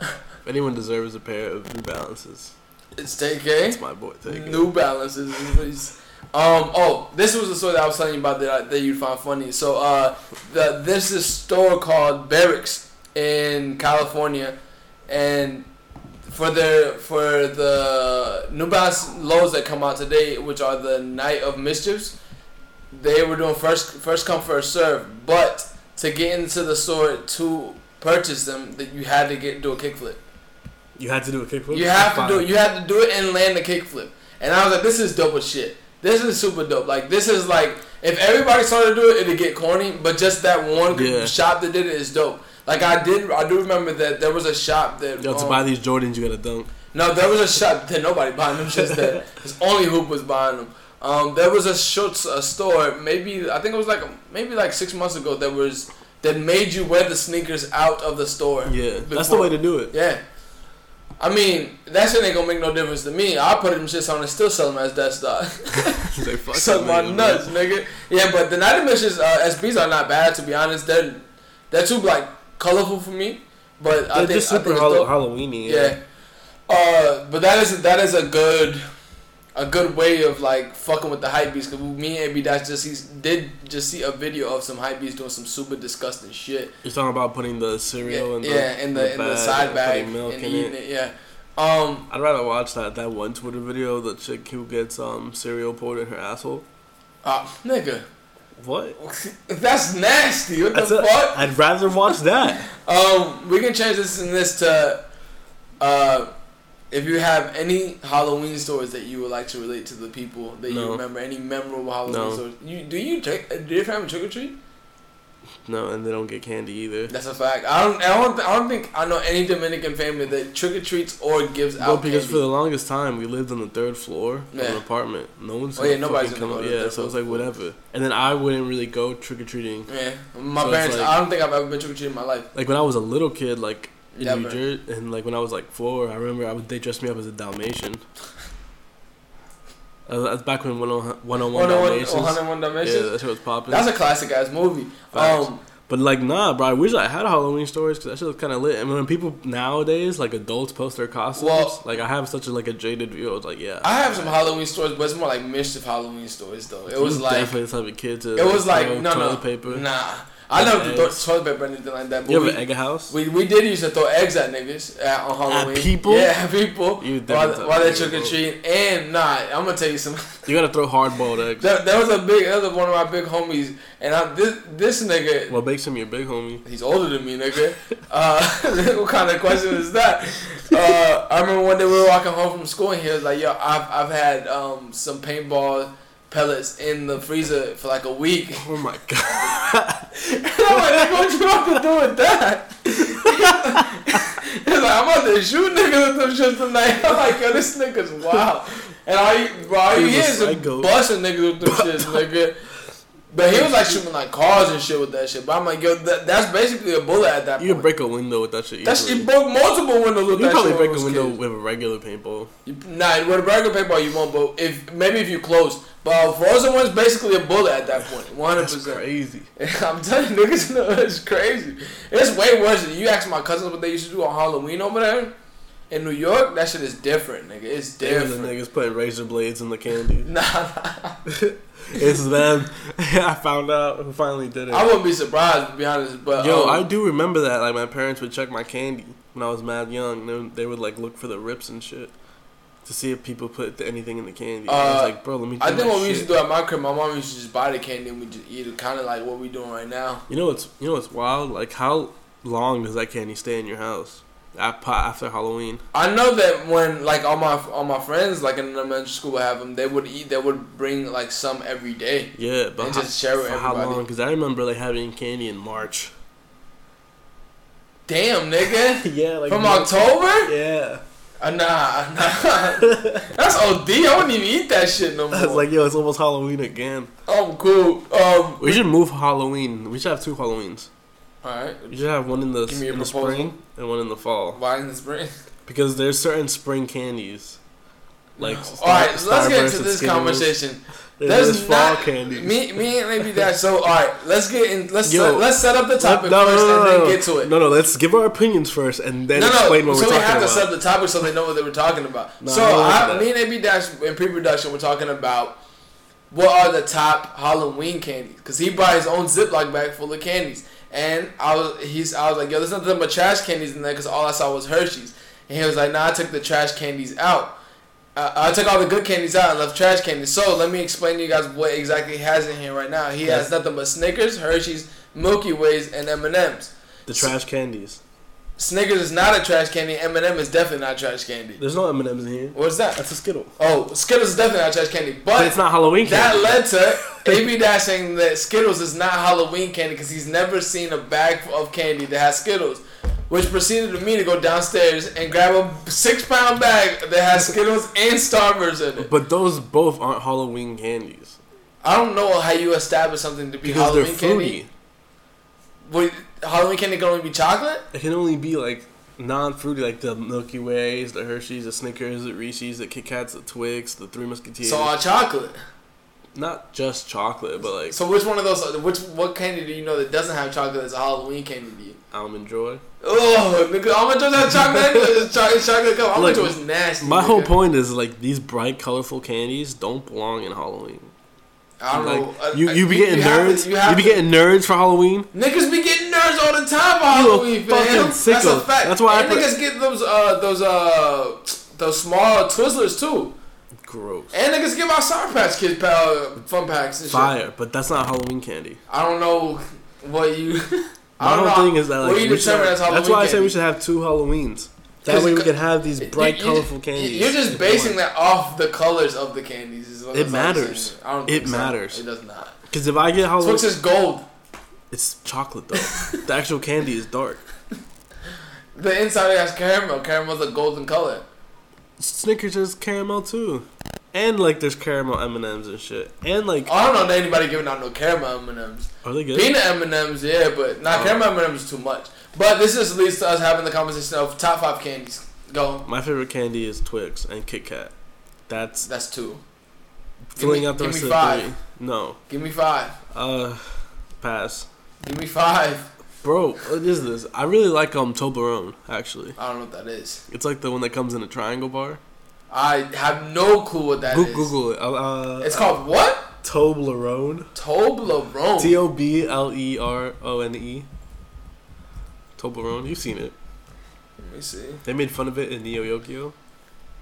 S3: If anyone deserves a pair of New Balances,
S2: It's
S3: it's
S2: TK.
S3: my boy TK.
S2: New Balances. is what he's- Um. Oh, this was the story that I was telling you about that, I, that you found funny. So, uh, the, there's this store called Barracks in California, and for their for the New Balance lows that come out today, which are the Night of Mischiefs, they were doing first first come first serve. But to get into the store to purchase them, that you had to get do a kickflip.
S3: You had to do a kickflip.
S2: You have to do
S3: Fine.
S2: you have to do it and land the kickflip. And I was like, this is dope as shit. This is super dope. Like this is like if everybody started to do it, it'd get corny. But just that one
S3: Yeah.
S2: shop that did it is dope. Like I did, I do remember that there was a shop that
S3: Yo, to
S2: um,
S3: buy these Jordans, you gotta dunk.
S2: no, there was a shop that nobody buying them shits there. It's only Hoop was buying them. Um, there was a shorts a store maybe I think it was like maybe like six months ago that was that made you wear the sneakers out of the store.
S3: Yeah, that's the
S2: Before-
S3: way to do it.
S2: yeah. I mean, that shit ain't gonna make no difference to me. I put them shits on and still sell them as Death Star.
S3: They fuck
S2: Suck
S3: with
S2: my
S3: it, man.
S2: nuts, nigga. Yeah, but the Night Missions uh, SBs are not bad, to be honest. They're, they're too, like, colorful for me. But I
S3: They're
S2: think,
S3: just
S2: I
S3: super
S2: think it's
S3: Hall-
S2: dope.
S3: Halloweeny.
S2: Yeah. Uh, but that is that is a good a good way of like fucking with the hype beast because me and AB Dash just he's, did just see a video of some hype beast doing some super disgusting shit.
S3: You're talking about putting the cereal
S2: Yeah,
S3: in the
S2: yeah, in the in the side
S3: and
S2: bag
S3: putting
S2: and
S3: milk in
S2: eating it.
S3: it.
S2: Yeah. Um,
S3: I'd rather watch that that one Twitter video of the chick who gets um cereal poured in her asshole.
S2: Uh,
S3: Ah,
S2: nigga,
S3: What?
S2: that's nasty. What
S3: That's
S2: the
S3: a-
S2: fuck?
S3: I'd rather watch that.
S2: Um, we can change this in this to, uh, if you have any Halloween stories that you would like to relate to the people that you
S3: No.
S2: remember, any memorable Halloween
S3: No.
S2: stories. You do you trick? uh, Do your family trick or treat?
S3: no, and they don't get candy either.
S2: That's a fact. I don't. I don't. I don't think I know any Dominican family that trick or treats or gives
S3: Well,
S2: out
S3: because
S2: candy.
S3: for the longest time we lived on the third floor of
S2: Yeah.
S3: an apartment. No one's
S2: Oh, yeah,
S3: gonna
S2: nobody's
S3: fucking
S2: gonna
S3: come
S2: go
S3: up.
S2: to the
S3: Yeah,
S2: third
S3: so it was
S2: floor.
S3: like whatever. And then I wouldn't really go trick or treating.
S2: yeah, my
S3: So it's
S2: parents.
S3: like-
S2: I don't think I've ever been trick or treating in my life.
S3: Like when I was a little kid, like in
S2: Never.
S3: New Jersey, and like when I was like four, I remember I would, they dressed me up as a Dalmatian. Uh, That's back when 101 101 Dalmatians.
S2: 101
S3: Yeah,
S2: Dalmatians.
S3: that shit was popping.
S2: That's a classic ass movie.
S3: Facts.
S2: Um,
S3: But like, nah, bro. I wish I had Halloween stories because that shit was kind of lit. And when people nowadays, like adults, post their costumes,
S2: Well-
S3: like I have such a like a jaded view. I was like, yeah,
S2: I have some Halloween stories, but it's more like mischief Halloween stories though. It was like
S3: definitely the type of kid to.
S2: it was like
S3: throw
S2: no no
S3: toilet paper.
S2: nah. I never
S3: Eggs.
S2: throw toilet paper or anything like that. But
S3: You
S2: we,
S3: have an egg house.
S2: we we did used to throw eggs at niggas uh, on Halloween.
S3: people?
S2: Yeah, at people.
S3: You definitely
S2: while,
S3: throw
S2: while they
S3: eggs at
S2: trick or
S3: people.
S2: treat and nah, I'm gonna tell you some.
S3: you gotta throw hard boiled eggs.
S2: that, that was a big that was one of my big homies, and I this this nigga
S3: What makes him your big homie?
S2: He's older than me, nigga. Uh, what kind of question is that? Uh, I remember one day we were walking home from school, and he was like, "Yo, I've I've had um, some paintball pellets in the freezer for like a week." And
S3: Oh my god!
S2: I'm like, "Nigga, "What you about to do with that?" He's like, "I'm about to shoot niggas with them shit tonight." I'm like, "Yo, this nigga's wild." And all you, bro, all you
S3: He's a
S2: hear is him
S3: psycho.
S2: busting niggas with them shit, nigga. But he was like shooting like cars and shit with that shit. But I'm like, yo, that, that's basically a bullet at that point.
S3: You can break a window with that shit.
S2: That's
S3: easily.
S2: it broke multiple windows with
S3: You
S2: that
S3: probably
S2: shit
S3: break
S2: when
S3: a
S2: I was
S3: window
S2: kid.
S3: with a regular paintball.
S2: You- Nah, with a regular paintball you won't, but if maybe if you close. But a frozen one's basically a bullet at that point. One hundred
S3: That's
S2: percent.
S3: crazy.
S2: I'm telling you, niggas, no, it's crazy. It's way worse. Than, you ask my cousins what they used to do on Halloween over there in New York. That shit is different, nigga. It's
S3: Damn, the
S2: different.
S3: niggas putting razor blades in the candy.
S2: Nah, nah,
S3: it's them. I found out who finally did it.
S2: I wouldn't be surprised to be honest. But
S3: Yo,
S2: um,
S3: I do remember that. Like my parents would check my candy when I was mad young. They, they would like look for the rips and shit. to see if people put anything in the candy.
S2: Uh,
S3: I was like, bro, let me.
S2: I
S3: do
S2: think
S3: my
S2: what we used to
S3: shit.
S2: do at my crib, my mom used to just buy the candy and we just eat it, kind of like what we doing right now.
S3: You know what's you know what's wild? Like how long does that candy stay in your house? At po- after Halloween,
S2: I know that when like all my all my friends like in elementary school would have them, they would eat, they would bring like some every day.
S3: yeah, but
S2: And
S3: ho-
S2: just share with
S3: for how
S2: everybody.
S3: long? Because I remember like having candy in March.
S2: Damn, nigga,
S3: yeah, like
S2: from October?
S3: Yeah,
S2: Uh, nah, nah, that's OD. I wouldn't even eat that shit no more.
S3: I was like, yo, it's almost Halloween again.
S2: oh, cool. Um,
S3: We should move Halloween. We should have two Halloweens.
S2: all right.
S3: We should have one in the
S2: Give me your
S3: in the
S2: proposal.
S3: spring and one in the fall
S2: Why in the spring?
S3: because there's certain spring candies. Like
S2: All right, so let's get
S3: Starburst
S2: into
S3: and
S2: this
S3: Skittles.
S2: conversation.
S3: There's,
S2: There's
S3: fall
S2: not,
S3: candies.
S2: Me, me and maybe that. So, all right, let's get in. Let's
S3: Yo,
S2: set, let's set up the topic
S3: no,
S2: first
S3: no, no,
S2: and then
S3: no.
S2: get to it.
S3: No, no, let's give our opinions first and then
S2: No, no.
S3: explain what
S2: so
S3: we're
S2: we
S3: talking
S2: have
S3: about.
S2: to set the topic so they know what they were talking about.
S3: No,
S2: so
S3: I don't like
S2: I,
S3: that.
S2: me and AB Dash in pre-production were talking about what are the top Halloween candies because he brought his own Ziploc bag full of candies, and I was he's I was like, yo, there's nothing but trash candies in there because all I saw was Hershey's, and he was like, nah, I took the trash candies out. Uh, I took all the good candies out and left trash candies. So let me explain to you guys what exactly he has in here right now. He has nothing but Snickers, Hershey's, Milky Ways, and M and M's.
S3: the trash candies.
S2: Snickers is not a trash candy. M&M is definitely not trash candy.
S3: There's no M and M's in here.
S2: What's that?
S3: That's a Skittle.
S2: Oh, Skittles is definitely not trash candy.
S3: But
S2: But
S3: it's not Halloween
S2: that
S3: candy.
S2: led to AB Dash saying that Skittles is not Halloween candy because he's never seen a bag of candy that has Skittles, which proceeded me to go downstairs and grab a six-pound bag that has Skittles and Starburst in it.
S3: but those both aren't Halloween candies
S2: I don't know how you establish something to be
S3: because
S2: Halloween
S3: they're fruity.
S2: candy. Wait, Halloween candy can only be chocolate.
S3: It can only be like non-fruity, like the Milky Ways, the Hershey's, the Snickers, the Reese's, the Kit Kats, the Twix, the Three Musketeers.
S2: So uh, all chocolate.
S3: not just chocolate, but like
S2: So which one of those? Which what candy do you know that doesn't have chocolate as a Halloween candy? To you?
S3: almond joy.
S2: Oh, nigga, almond joy that chocolate, anyway. chocolate, chocolate cup. Almond
S3: Look,
S2: joy is nasty.
S3: My
S2: nigga.
S3: whole point is like these bright, colorful candies don't belong in Halloween.
S2: I don't
S3: Like
S2: know. I-
S3: you,
S2: I-
S3: you be getting
S2: have
S3: nerds.
S2: to-
S3: You,
S2: have
S3: be
S2: to-
S3: getting nerds for Halloween.
S2: niggas be getting nerds all the time on
S3: You a
S2: Halloween, fam.
S3: fucking
S2: That's a
S3: sicko.
S2: fact.
S3: That's why I
S2: and
S3: put-
S2: niggas get those uh those uh those small Twizzlers too,
S3: Gross.
S2: and niggas give out Sour Patch Kids pal, fun packs and shit.
S3: Fire, but that's not Halloween candy.
S2: I don't know what you.
S3: My
S2: I don't
S3: whole
S2: know.
S3: thing is that like
S2: what you
S3: we
S2: determine
S3: should-
S2: as Halloween
S3: that's why I say
S2: candy?
S3: we should have two Halloweens. That
S2: 'Cause
S3: way
S2: you
S3: we
S2: could-
S3: could have these bright,
S2: You- you-
S3: colorful candies.
S2: You're just
S3: if we
S2: basing
S3: want.
S2: that off the colors of the candies. is what-
S3: It
S2: that's all I'm
S3: matters.
S2: saying. I don't
S3: It
S2: think so.
S3: matters. Oh.
S2: It does not.
S3: Because if I get Halloween,
S2: Twix is gold.
S3: it's chocolate though. the actual candy is dark.
S2: The inside has caramel. Caramel's a golden color.
S3: Snickers is caramel too, and like there's caramel M and M's and shit. And like,
S2: I don't know anybody giving out no caramel M and M's.
S3: are they good?
S2: Peanut M and M's, yeah, but not
S3: Oh.
S2: caramel M and M's too much. But this just leads to us having the conversation of top five candies. Go.
S3: My favorite candy is Twix and Kit Kat. That's
S2: That's two.
S3: filling
S2: me-
S3: out the
S2: give
S3: rest
S2: me
S3: of the
S2: five.
S3: three. No,
S2: Give me five.
S3: uh, pass,
S2: Give me five.
S3: bro. What is this? I really like um Toblerone actually.
S2: I don't know what that is.
S3: It's like the one that comes in a triangle bar.
S2: I have no clue what that is.
S3: Go- Google it. Uh,
S2: It's called what?
S3: Toblerone.
S2: Toblerone.
S3: T O B L E R O N E. Toblerone. You've seen it.
S2: Let me see.
S3: They made fun of it in Neo Yokio.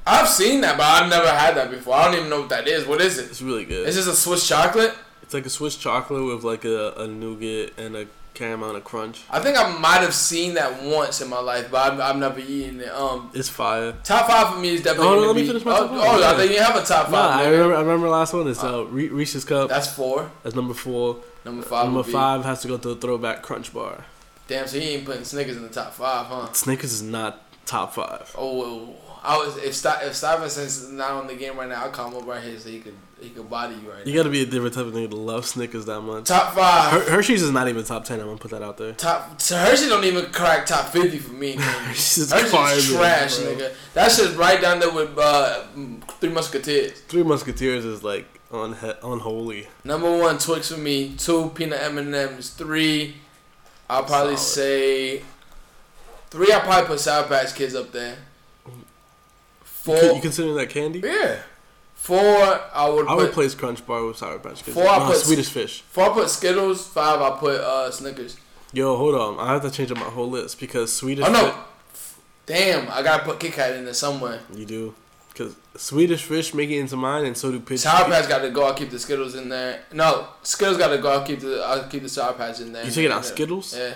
S2: I've seen that, but I've never had that before. I don't even know what that is. What is it?
S3: It's really good.
S2: It's just a Swiss chocolate.
S3: It's like a Swiss chocolate with like a, a nougat and a caramel and a crunch.
S2: I think I might have seen that once in my life, but I've, I've never eaten it. Um,
S3: It's fire.
S2: top five for me is definitely.
S3: Oh, no,
S2: gonna
S3: let me
S2: be-
S3: finish my
S2: oh,
S3: top five,
S2: Oh, I
S3: yeah.
S2: think you have a top
S3: Nah, I
S2: five. nigga.
S3: remember. I remember the last one. It's uh, Re- Reese's cup.
S2: That's four.
S3: That's number four.
S2: Number five.
S3: number
S2: would be-
S3: five has to go to the throwback crunch bar.
S2: Damn, so you ain't putting Snickers in the top five, huh?
S3: Snickers is not top five.
S2: Oh, well, I was if Sti- if Stuyvesant's not on the game right now, I'll call him up right here so he could he could body you right
S3: You
S2: now.
S3: got to be a different type of nigga to love Snickers that much.
S2: Top five.
S3: Her- Hershey's is not even top ten. I'm gonna put that out there.
S2: Top so Hershey don't even crack top fifty for me. nigga.
S3: Hershey's,
S2: Hershey's
S3: garbage,
S2: trash,
S3: bro.
S2: nigga. That shit's right down there with uh, Three Musketeers.
S3: Three Musketeers is like unhe unholy.
S2: Number one Twix for me. Two peanut M and M's. Three, I'll probably
S3: Solid.
S2: say. Three, I'll probably put Sour Patch Kids up there. Four,
S3: You, you considering that candy?
S2: yeah. Four, I would.
S3: I
S2: put,
S3: would place Crunch Bar with Sour Patch Kids.
S2: Four, I
S3: Nah,
S2: put-
S3: Swedish Fish.
S2: Four, I put Skittles. Five, I put uh, Snickers.
S3: Yo, hold on. I have to change up my whole list because Swedish.
S2: Oh no.
S3: Fi-
S2: Damn, I gotta put Kit Kat in there somewhere.
S3: you do. Because Swedish fish make it into mine, and so do pitch.
S2: Sour Patch got to go. I'll keep the Skittles in there. No, Skittles got to go. I'll keep the I'll keep the Sour Patch in there.
S3: You taking out Skittles?
S2: Yeah,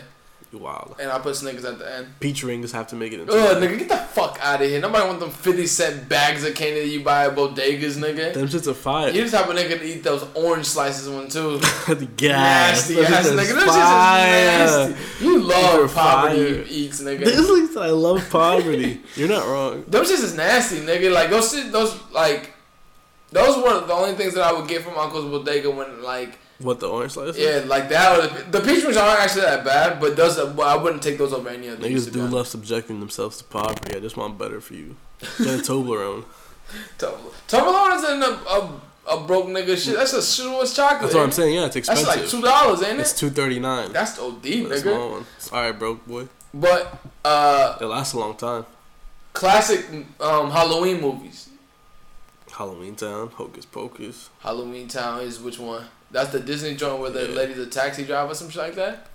S3: Wow.
S2: and I'll put Snickers at the end.
S3: Peach rings have to make it into.
S2: Ugh,
S3: mine.
S2: nigga, get the fuck out of here. Nobody want them fifty cent bags of candy that you buy at bodegas, nigga.
S3: Them shits are fire.
S2: You the type of nigga to eat those orange slices one too.
S3: the gas.
S2: Nasty
S3: Them
S2: ass
S3: shits are
S2: nigga. Them shits is
S3: fire.
S2: nasty. You love
S3: They're
S2: poverty
S3: fire.
S2: eats,
S3: This
S2: nigga.
S3: is I love poverty. You're not wrong.
S2: Them shits is nasty, nigga. Like those shit, those like those were the only things that I would get from Uncle's bodega when like
S3: What the orange slice?
S2: yeah, like that. Or the, the peach rings aren't actually that bad, but those well, I wouldn't take those over any of these.
S3: Niggas do love subjecting themselves to poverty. I just want better for you. Than a Toblerone.
S2: Toblerone. Toblerone isn't a, a, a broke nigga shit. That's a shittless chocolate.
S3: That's what I'm saying. Yeah, it's
S2: That's
S3: expensive.
S2: like two dollars, ain't
S3: it's
S2: it?
S3: two thirty nine.
S2: That's OD, nigga.
S3: That's small one. All right, bro, boy.
S2: But uh,
S3: It lasts a long time.
S2: classic um, Halloween movies.
S3: Halloween Town, Hocus Pocus.
S2: Halloween Town is which one? That's the Disney joint where the
S3: Yeah.
S2: lady's a taxi driver or some shit like that.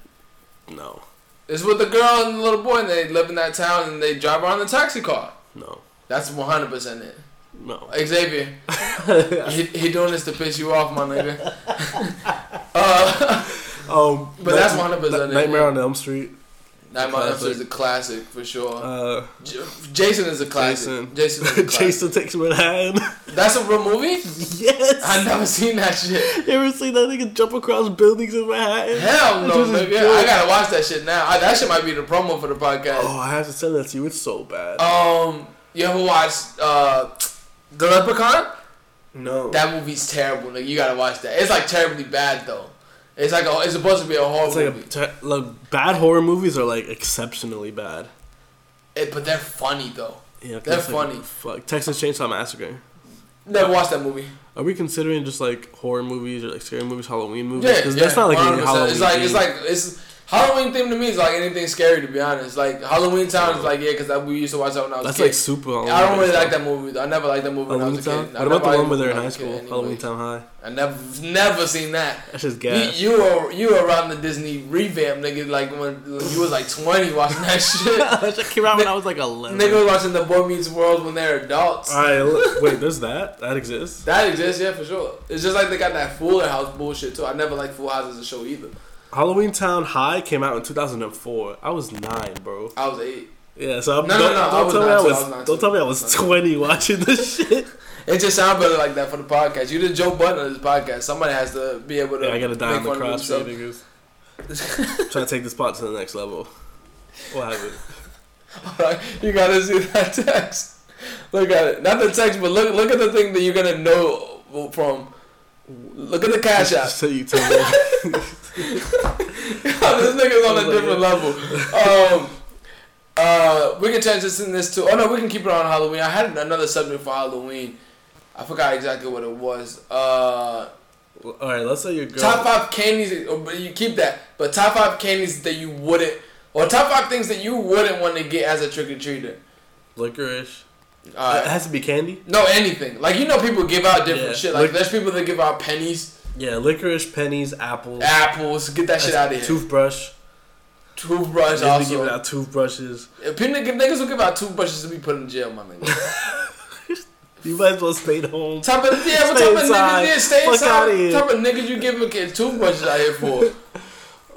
S3: No,
S2: It's with the girl and the little boy, and they live in that town, and they drive around in a taxi car.
S3: no,
S2: That's one hundred percent it.
S3: no.
S2: Xavier, he, he doing this to piss you off, my nigga. uh,
S3: Um,
S2: But that's one of his other-
S3: Nightmare on Elm Street.
S2: Nightmare on Elm Street is a
S3: Classic.
S2: classic for sure.
S3: Uh,
S2: J- Jason is a classic.
S3: Jason.
S2: Jason, is a classic.
S3: Jason takes my hand.
S2: That's a real movie.
S3: yes.
S2: I never seen that shit.
S3: You ever seen that nigga jump across buildings in Manhattan?
S2: Hell no,
S3: This is
S2: nigga. I
S3: good.
S2: gotta watch that shit now. I, that shit might be the promo for the podcast.
S3: Oh, I have to send that to you. It's so bad.
S2: Um, you ever watched uh, The Leprechaun?
S3: no.
S2: That movie's terrible, nigga. You gotta watch that. It's like terribly bad though. It's like a, it's supposed to be a horror
S3: it's like
S2: movie,
S3: a ter- look, bad horror movies are like exceptionally bad.
S2: It- but they're funny though.
S3: Yeah, 'cause
S2: They're
S3: it's like,
S2: funny.
S3: Fuck, Texas Chainsaw Massacre.
S2: Never watched that movie.
S3: Are we considering just like horror movies or like scary movies, Halloween movies?
S2: Yeah,
S3: 'Cause
S2: yeah,
S3: that's not like a
S2: 100%.
S3: Halloween.
S2: It's like it's
S3: theme.
S2: like it's Halloween theme to me is like anything scary. To be honest, like Halloween Town is like yeah, because we used to watch that when I was.
S3: that's
S2: a kid.
S3: like super. Halloween
S2: I don't really
S3: based
S2: like
S3: on-
S2: that movie. I never liked that movie when I
S3: Halloween
S2: was a kid. I
S3: Town. What about
S2: never
S3: the one
S2: liked it
S3: where they're in
S2: when I
S3: high
S2: was a kid
S3: school?
S2: anyway.
S3: Halloween Town High.
S2: I never, never seen that.
S3: That's just
S2: You,
S3: gas.
S2: you were you were around the Disney revamp, nigga. Like when, when you was like twenty, watching that shit.
S3: that shit came out when I was like eleven.
S2: nigga was watching The Boy Meets World when they're adults.
S3: All right, look, wait. There's that. That exists.
S2: That exists, yeah, for sure. It's just like they got that Fuller House bullshit too. I never liked Full House as a show either.
S3: Halloween Town High came out in 2004. I was nine, bro.
S2: I was eight.
S3: Yeah, so I'm,
S2: No, no,
S3: don't,
S2: no, I
S3: don't
S2: was
S3: tell
S2: nine too,
S3: me I
S2: I
S3: was,
S2: was nine
S3: don't
S2: too.
S3: tell me I
S2: I
S3: was
S2: was nine.
S3: 20 watching this shit.
S2: It just sounds better like that for the podcast. You the Joe Button of this podcast. Somebody has to be able to.
S3: Yeah, I gotta die
S2: make
S3: on the
S2: fun of
S3: cross for you
S2: themselves.
S3: niggas. Trying to take this spot to the next level. What happened?
S2: you gotta see that text. Look at it. Not the text, but look look at the thing that you're gonna know from. Look at the cash app.
S3: So you tell me.
S2: this nigga's on a different level. Um, uh, we can transition this to. Oh no, we can keep it on Halloween. I had another subject for Halloween. I forgot exactly what it was. Uh,
S3: All right, let's say your girl.
S2: top five candies, or but you keep that. But top five candies that you wouldn't, or top five things that you wouldn't want to get as a trick or treater.
S3: Licorice.
S2: All right.
S3: it has to be candy.
S2: No, anything. Like you know, people give out different
S3: Uh, Yeah.
S2: shit. Like
S3: Like-
S2: there's people that give out pennies,
S3: Yeah, licorice, pennies, apples.
S2: apples. Get that shit out of here.
S3: Toothbrush.
S2: Toothbrush
S3: They also, give
S2: also.
S3: it out toothbrushes.
S2: If People that give niggas will give out toothbrushes to be put in jail, my nigga.
S3: You might as well stay at home.
S2: Top of yeah, what
S3: Stay
S2: type of
S3: inside.
S2: niggas yeah, stay
S3: Fuck outta
S2: inside.
S3: here.
S2: Type of niggas you giving kids toothbrushes out here for?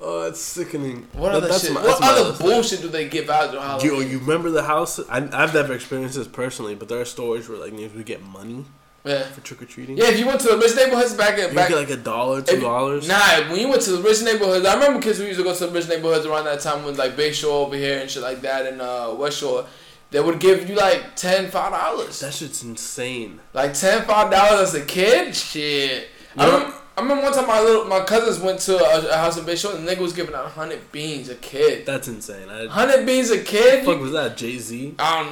S3: Oh, it's sickening.
S2: What
S3: That-
S2: other
S3: that's
S2: shit?
S3: my-
S2: what
S3: that's my
S2: other
S3: list.
S2: bullshit do they give out? during
S3: Yo,
S2: Halloween?
S3: you remember the house? I, I've never experienced this personally, but there are stories where like niggas would get money
S2: yeah.
S3: for trick or treating.
S2: yeah, if you went to the rich neighborhoods back in
S3: you
S2: back.
S3: get like a dollar,
S2: if-
S3: two dollars.
S2: Nah, when you went to the rich neighborhoods, I remember kids who used to go to the rich neighborhoods around that time when like Bay Shore over here and shit like that and uh, West Shore. They would give you like ten, five dollars.
S3: That shit's insane.
S2: Like ten, five dollars as a kid? Shit. I,
S3: Yeah.
S2: remember, I remember one time my little my cousins went to a, a house in Bay Shore and the nigga was giving out hundred beans a kid.
S3: That's insane. I
S2: Hundred beans a kid?
S3: fuck was that Jay Z?
S2: I don't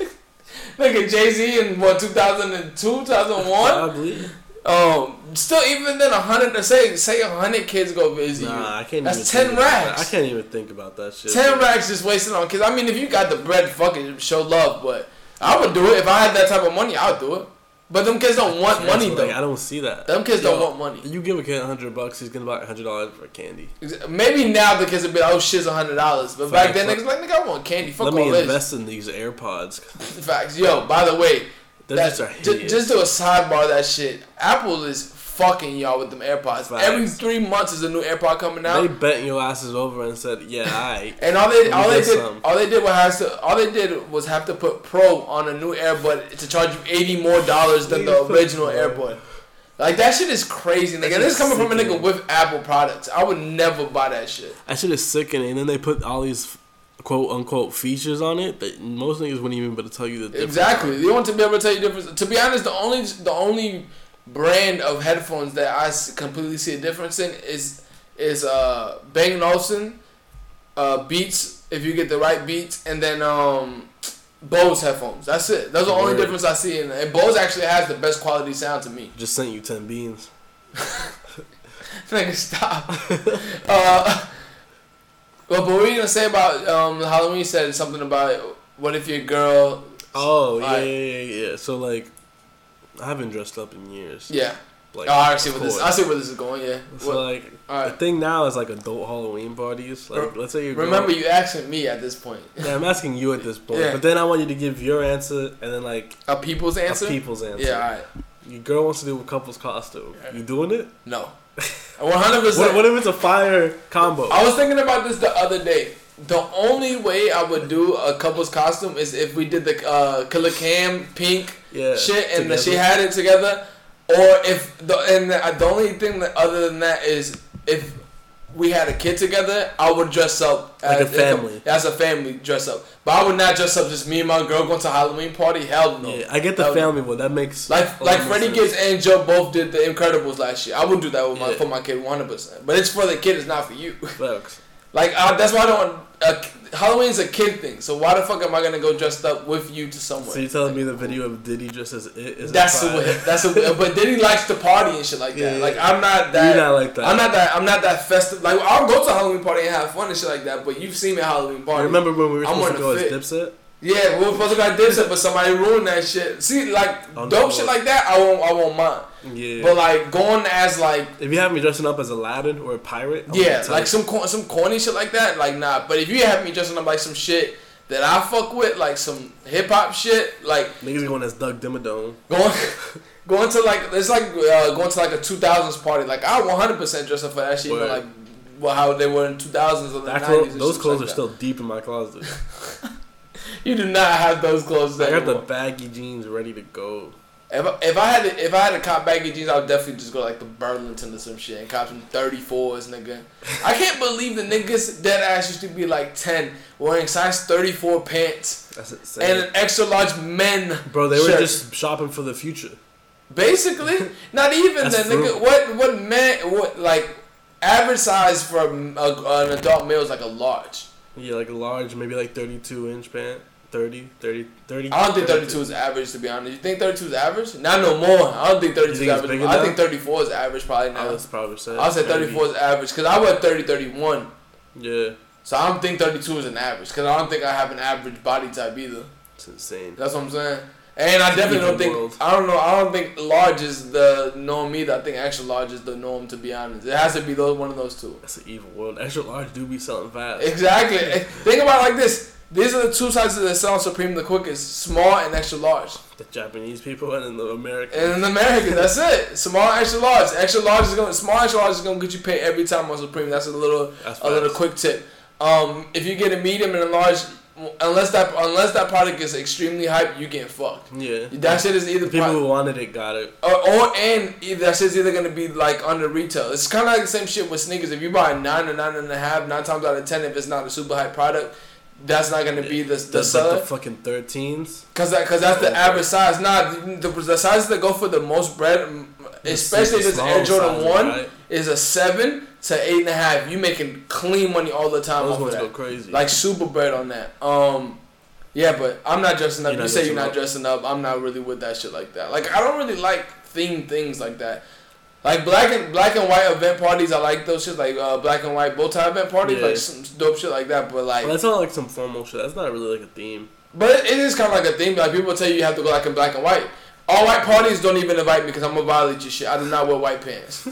S2: know. Nigga Jay Z in what 2002, 2001?
S3: Probably.
S2: Um, still even then hundred say say hundred kids go visit you.
S3: Nah, I can't.
S2: That's ten
S3: even think about that.
S2: racks.
S3: I can't even think about that shit.
S2: Ten racks just wasted on kids. I mean, if you got the bread, fucking show love. But I would do it if I had that type of money. I would do it. But them kids don't want
S3: That's
S2: money
S3: what,
S2: though.
S3: Like, I don't see that.
S2: Them kids don't
S3: Yo,
S2: want money.
S3: You give a kid hundred bucks, he's gonna buy hundred dollars for candy.
S2: Maybe now the kids would be like, oh shit's a hundred dollars, but back
S3: Fuck,
S2: then
S3: fuck.
S2: niggas like nigga I want candy. Fuck
S3: Let
S2: all
S3: me
S2: this.
S3: invest in these AirPods.
S2: Facts. Yo, by the way,
S3: That's
S2: that,
S3: just a
S2: ju- just do a sidebar of that shit. Apple is fucking y'all with them AirPods.
S3: Facts.
S2: Every three months is a new AirPod coming out.
S3: They bent your asses over and said, "Yeah, I."
S2: and all they
S3: me
S2: all they
S3: get
S2: did
S3: some.
S2: all they did was have to all they did was have to put Pro on a new AirPod to charge you eighty more dollars than the
S3: Please put
S2: original
S3: Pro.
S2: AirPod. Like that shit is crazy, nigga. This is
S3: shit's
S2: coming from a
S3: sickening.
S2: nigga with Apple products. I would never buy that shit.
S3: That shit is sickening. And then they put all these quote unquote features on it that most niggas wouldn't even be able to tell you the difference.
S2: Exactly. They want to be able to tell you the difference. To be honest, the only the only brand of headphones that I s- completely see a difference in is is uh Bang Olufsen, uh Beats if you get the right beats, and then um Bose headphones. That's it. That's the only
S3: Word.
S2: difference I see. In it. And Bose actually has the best quality sound to me.
S3: Just sent you ten beans.
S2: Nigga, stop. uh, well, but what were you gonna say about um Halloween? You Said something about what if your girl?
S3: Oh yeah,
S2: Alright.
S3: yeah, yeah, yeah. So like, I haven't dressed up in years.
S2: Yeah.
S3: Like,
S2: Oh, I see
S3: of
S2: where this. I
S3: course.
S2: see where this is going. Yeah. What-
S3: So like,
S2: All
S3: the
S2: right.
S3: thing now is like adult Halloween parties. Like, let's say you
S2: Remember, you asking me at this point.
S3: Yeah, I'm asking you at this point,
S2: Yeah.
S3: but then I want you to give your answer and then like
S2: A people's answer.
S3: a people's answer.
S2: Yeah. All right.
S3: Your girl wants to do a couple's costume.
S2: Yeah.
S3: You doing it?
S2: No. One hundred
S3: What,
S2: percent.
S3: what if it's a fire combo?
S2: I was thinking about this the other day. The only way I would do a couple's costume is if we did the uh, Killer Cam pink
S3: Yeah,
S2: shit and
S3: together.
S2: she had it together, or if the and the, uh, the only thing that other than that is if we had a kid together, I would dress up
S3: Like a
S2: as
S3: family.
S2: as a family dress up, but I would not dress up just me and my girl going to a Halloween party. Hell no.
S3: Yeah, I get the
S2: Hell no.
S3: family one. That makes
S2: Like
S3: a lot
S2: like
S3: more
S2: Freddie
S3: sense.
S2: Gibbs and Joe both did the Incredibles last year. I would do that with my
S3: Yeah.
S2: for my kid 100. percent But it's for the kid. It's not for you.
S3: Facts.
S2: Like I, that's why I don't. Uh, Halloween's a kid thing. So why the fuck am I gonna go dressed up with you to somewhere?
S3: So you're telling me the video of Diddy just as it is a
S2: that's the
S3: fire?
S2: way. That's the way. But Diddy likes to party and shit like that.
S3: Yeah, yeah.
S2: Like I'm not that.
S3: You're not like that.
S2: I'm not that. I'm not that festive. Like I'll go to a Halloween party and have fun and shit like that. But you've seen me at Halloween
S3: I
S2: party.
S3: remember when we were
S2: I'm
S3: supposed to go
S2: on
S3: as
S2: the
S3: Dipset?
S2: Yeah, we were supposed to go Dipset, but somebody ruined that shit. See, like
S3: Oh, no.
S2: dope shit like that, I won't. I won't mind.
S3: Yeah.
S2: But like going as like
S3: if you have me dressing up as Aladdin or a pirate, I'm
S2: Yeah,
S3: gonna tell
S2: like
S3: you.
S2: some cor- some corny shit like that, like nah. But if you have me dressing up like some shit that I fuck with, like some hip hop shit, like
S3: niggas going as Doug Dimmadome.
S2: going going to like it's like uh, going to like a two thousands party. Like I one hundred percent dress up for that shit, but
S3: Word.
S2: like well, how they were in two thousands or the
S3: That
S2: nineties.
S3: clo- those clothes are still deep in my closet.
S2: You do not have those clothes.
S3: I got the
S2: anymore.
S3: baggy jeans ready to go.
S2: If I, if I had to, if I had to cop baggy jeans, I would definitely just go like the Burlington or some shit and cop some thirty fours, nigga. I can't believe the niggas dead ass used to be like ten wearing size thirty four pants
S3: That's insane.
S2: and an extra large men.
S3: Bro, they were
S2: shirt.
S3: just shopping for the future.
S2: basically not even
S3: That's
S2: that nigga.
S3: frugal.
S2: What what men what like average size for a, a- an adult male is like a large.
S3: Yeah, like a large, maybe like 32 inch pant. 30, 30, 30.
S2: I don't think thirty two is average to be honest. You think thirty two is average? Not no more. I don't think thirty two is
S3: think it's
S2: average.
S3: bigger
S2: I
S3: now?
S2: think thirty four is average probably
S3: I
S2: now.
S3: was probably saying.
S2: I'll say
S3: 30.
S2: 34 is average because I wear 30, 31.
S3: Yeah,
S2: So I don't think 32 is an average because I don't think I have an average body type either.
S3: it's insane.
S2: That's what I'm saying. And I definitely don't
S3: Even
S2: think
S3: world.
S2: I don't know I don't think large is the norm either. I think extra large is the norm to be honest. It has to be those one of those two.
S3: That's an evil world. Extra large do be selling fast.
S2: Exactly. think about it like this. These are the two sizes that sell on Supreme the quickest: small and extra large.
S3: the Japanese people and then the American.
S2: And in America, that's it. Small, extra large. Extra large is gonna small, extra large is gonna get you paid every time on Supreme. That's a little
S3: That's
S2: a little
S3: facts.
S2: quick tip. Um, if you get a medium and a large, unless that unless that product is extremely hype, you getting fucked.
S3: Yeah.
S2: That shit is either
S3: the people
S2: pro-
S3: who wanted it got it.
S2: or, or and either, that shit's either gonna be like under retail. It's kind of like the same shit with sneakers. If you buy a nine or nine and a half, nine times out of ten, if it's not a super hype product, that's not gonna be the the
S3: That's like
S2: seller.
S3: the fucking 13s.
S2: Cause, that, cause that's the
S3: Yeah.
S2: average size. Nah, the, the sizes that go for the most bread, mm, especially
S3: the
S2: this Air
S3: small
S2: Jordan
S3: sizes,
S2: One,
S3: right?
S2: is a seven to eight and a half. You making clean money all the time
S3: Those
S2: off of
S3: ones go
S2: that.
S3: crazy.
S2: Like super bread on that. Um, yeah, but I'm not dressing up.
S3: You're
S2: you
S3: not
S2: say you're
S3: dressing
S2: not
S3: up.
S2: dressing up. I'm not really with that shit like that. Like I don't really like theme things like that. Like black and black and white event parties, I like those shit. Like uh, black and white bow tie event parties,
S3: Yeah.
S2: like some dope shit like that. But like,
S3: Well, that's not like some formal shit. That's not really like a theme.
S2: but it is kind of like a thing. Like people tell you you have to go like in black and white. All white parties don't even invite me because I'm gonna violate your shit. I do not wear white pants.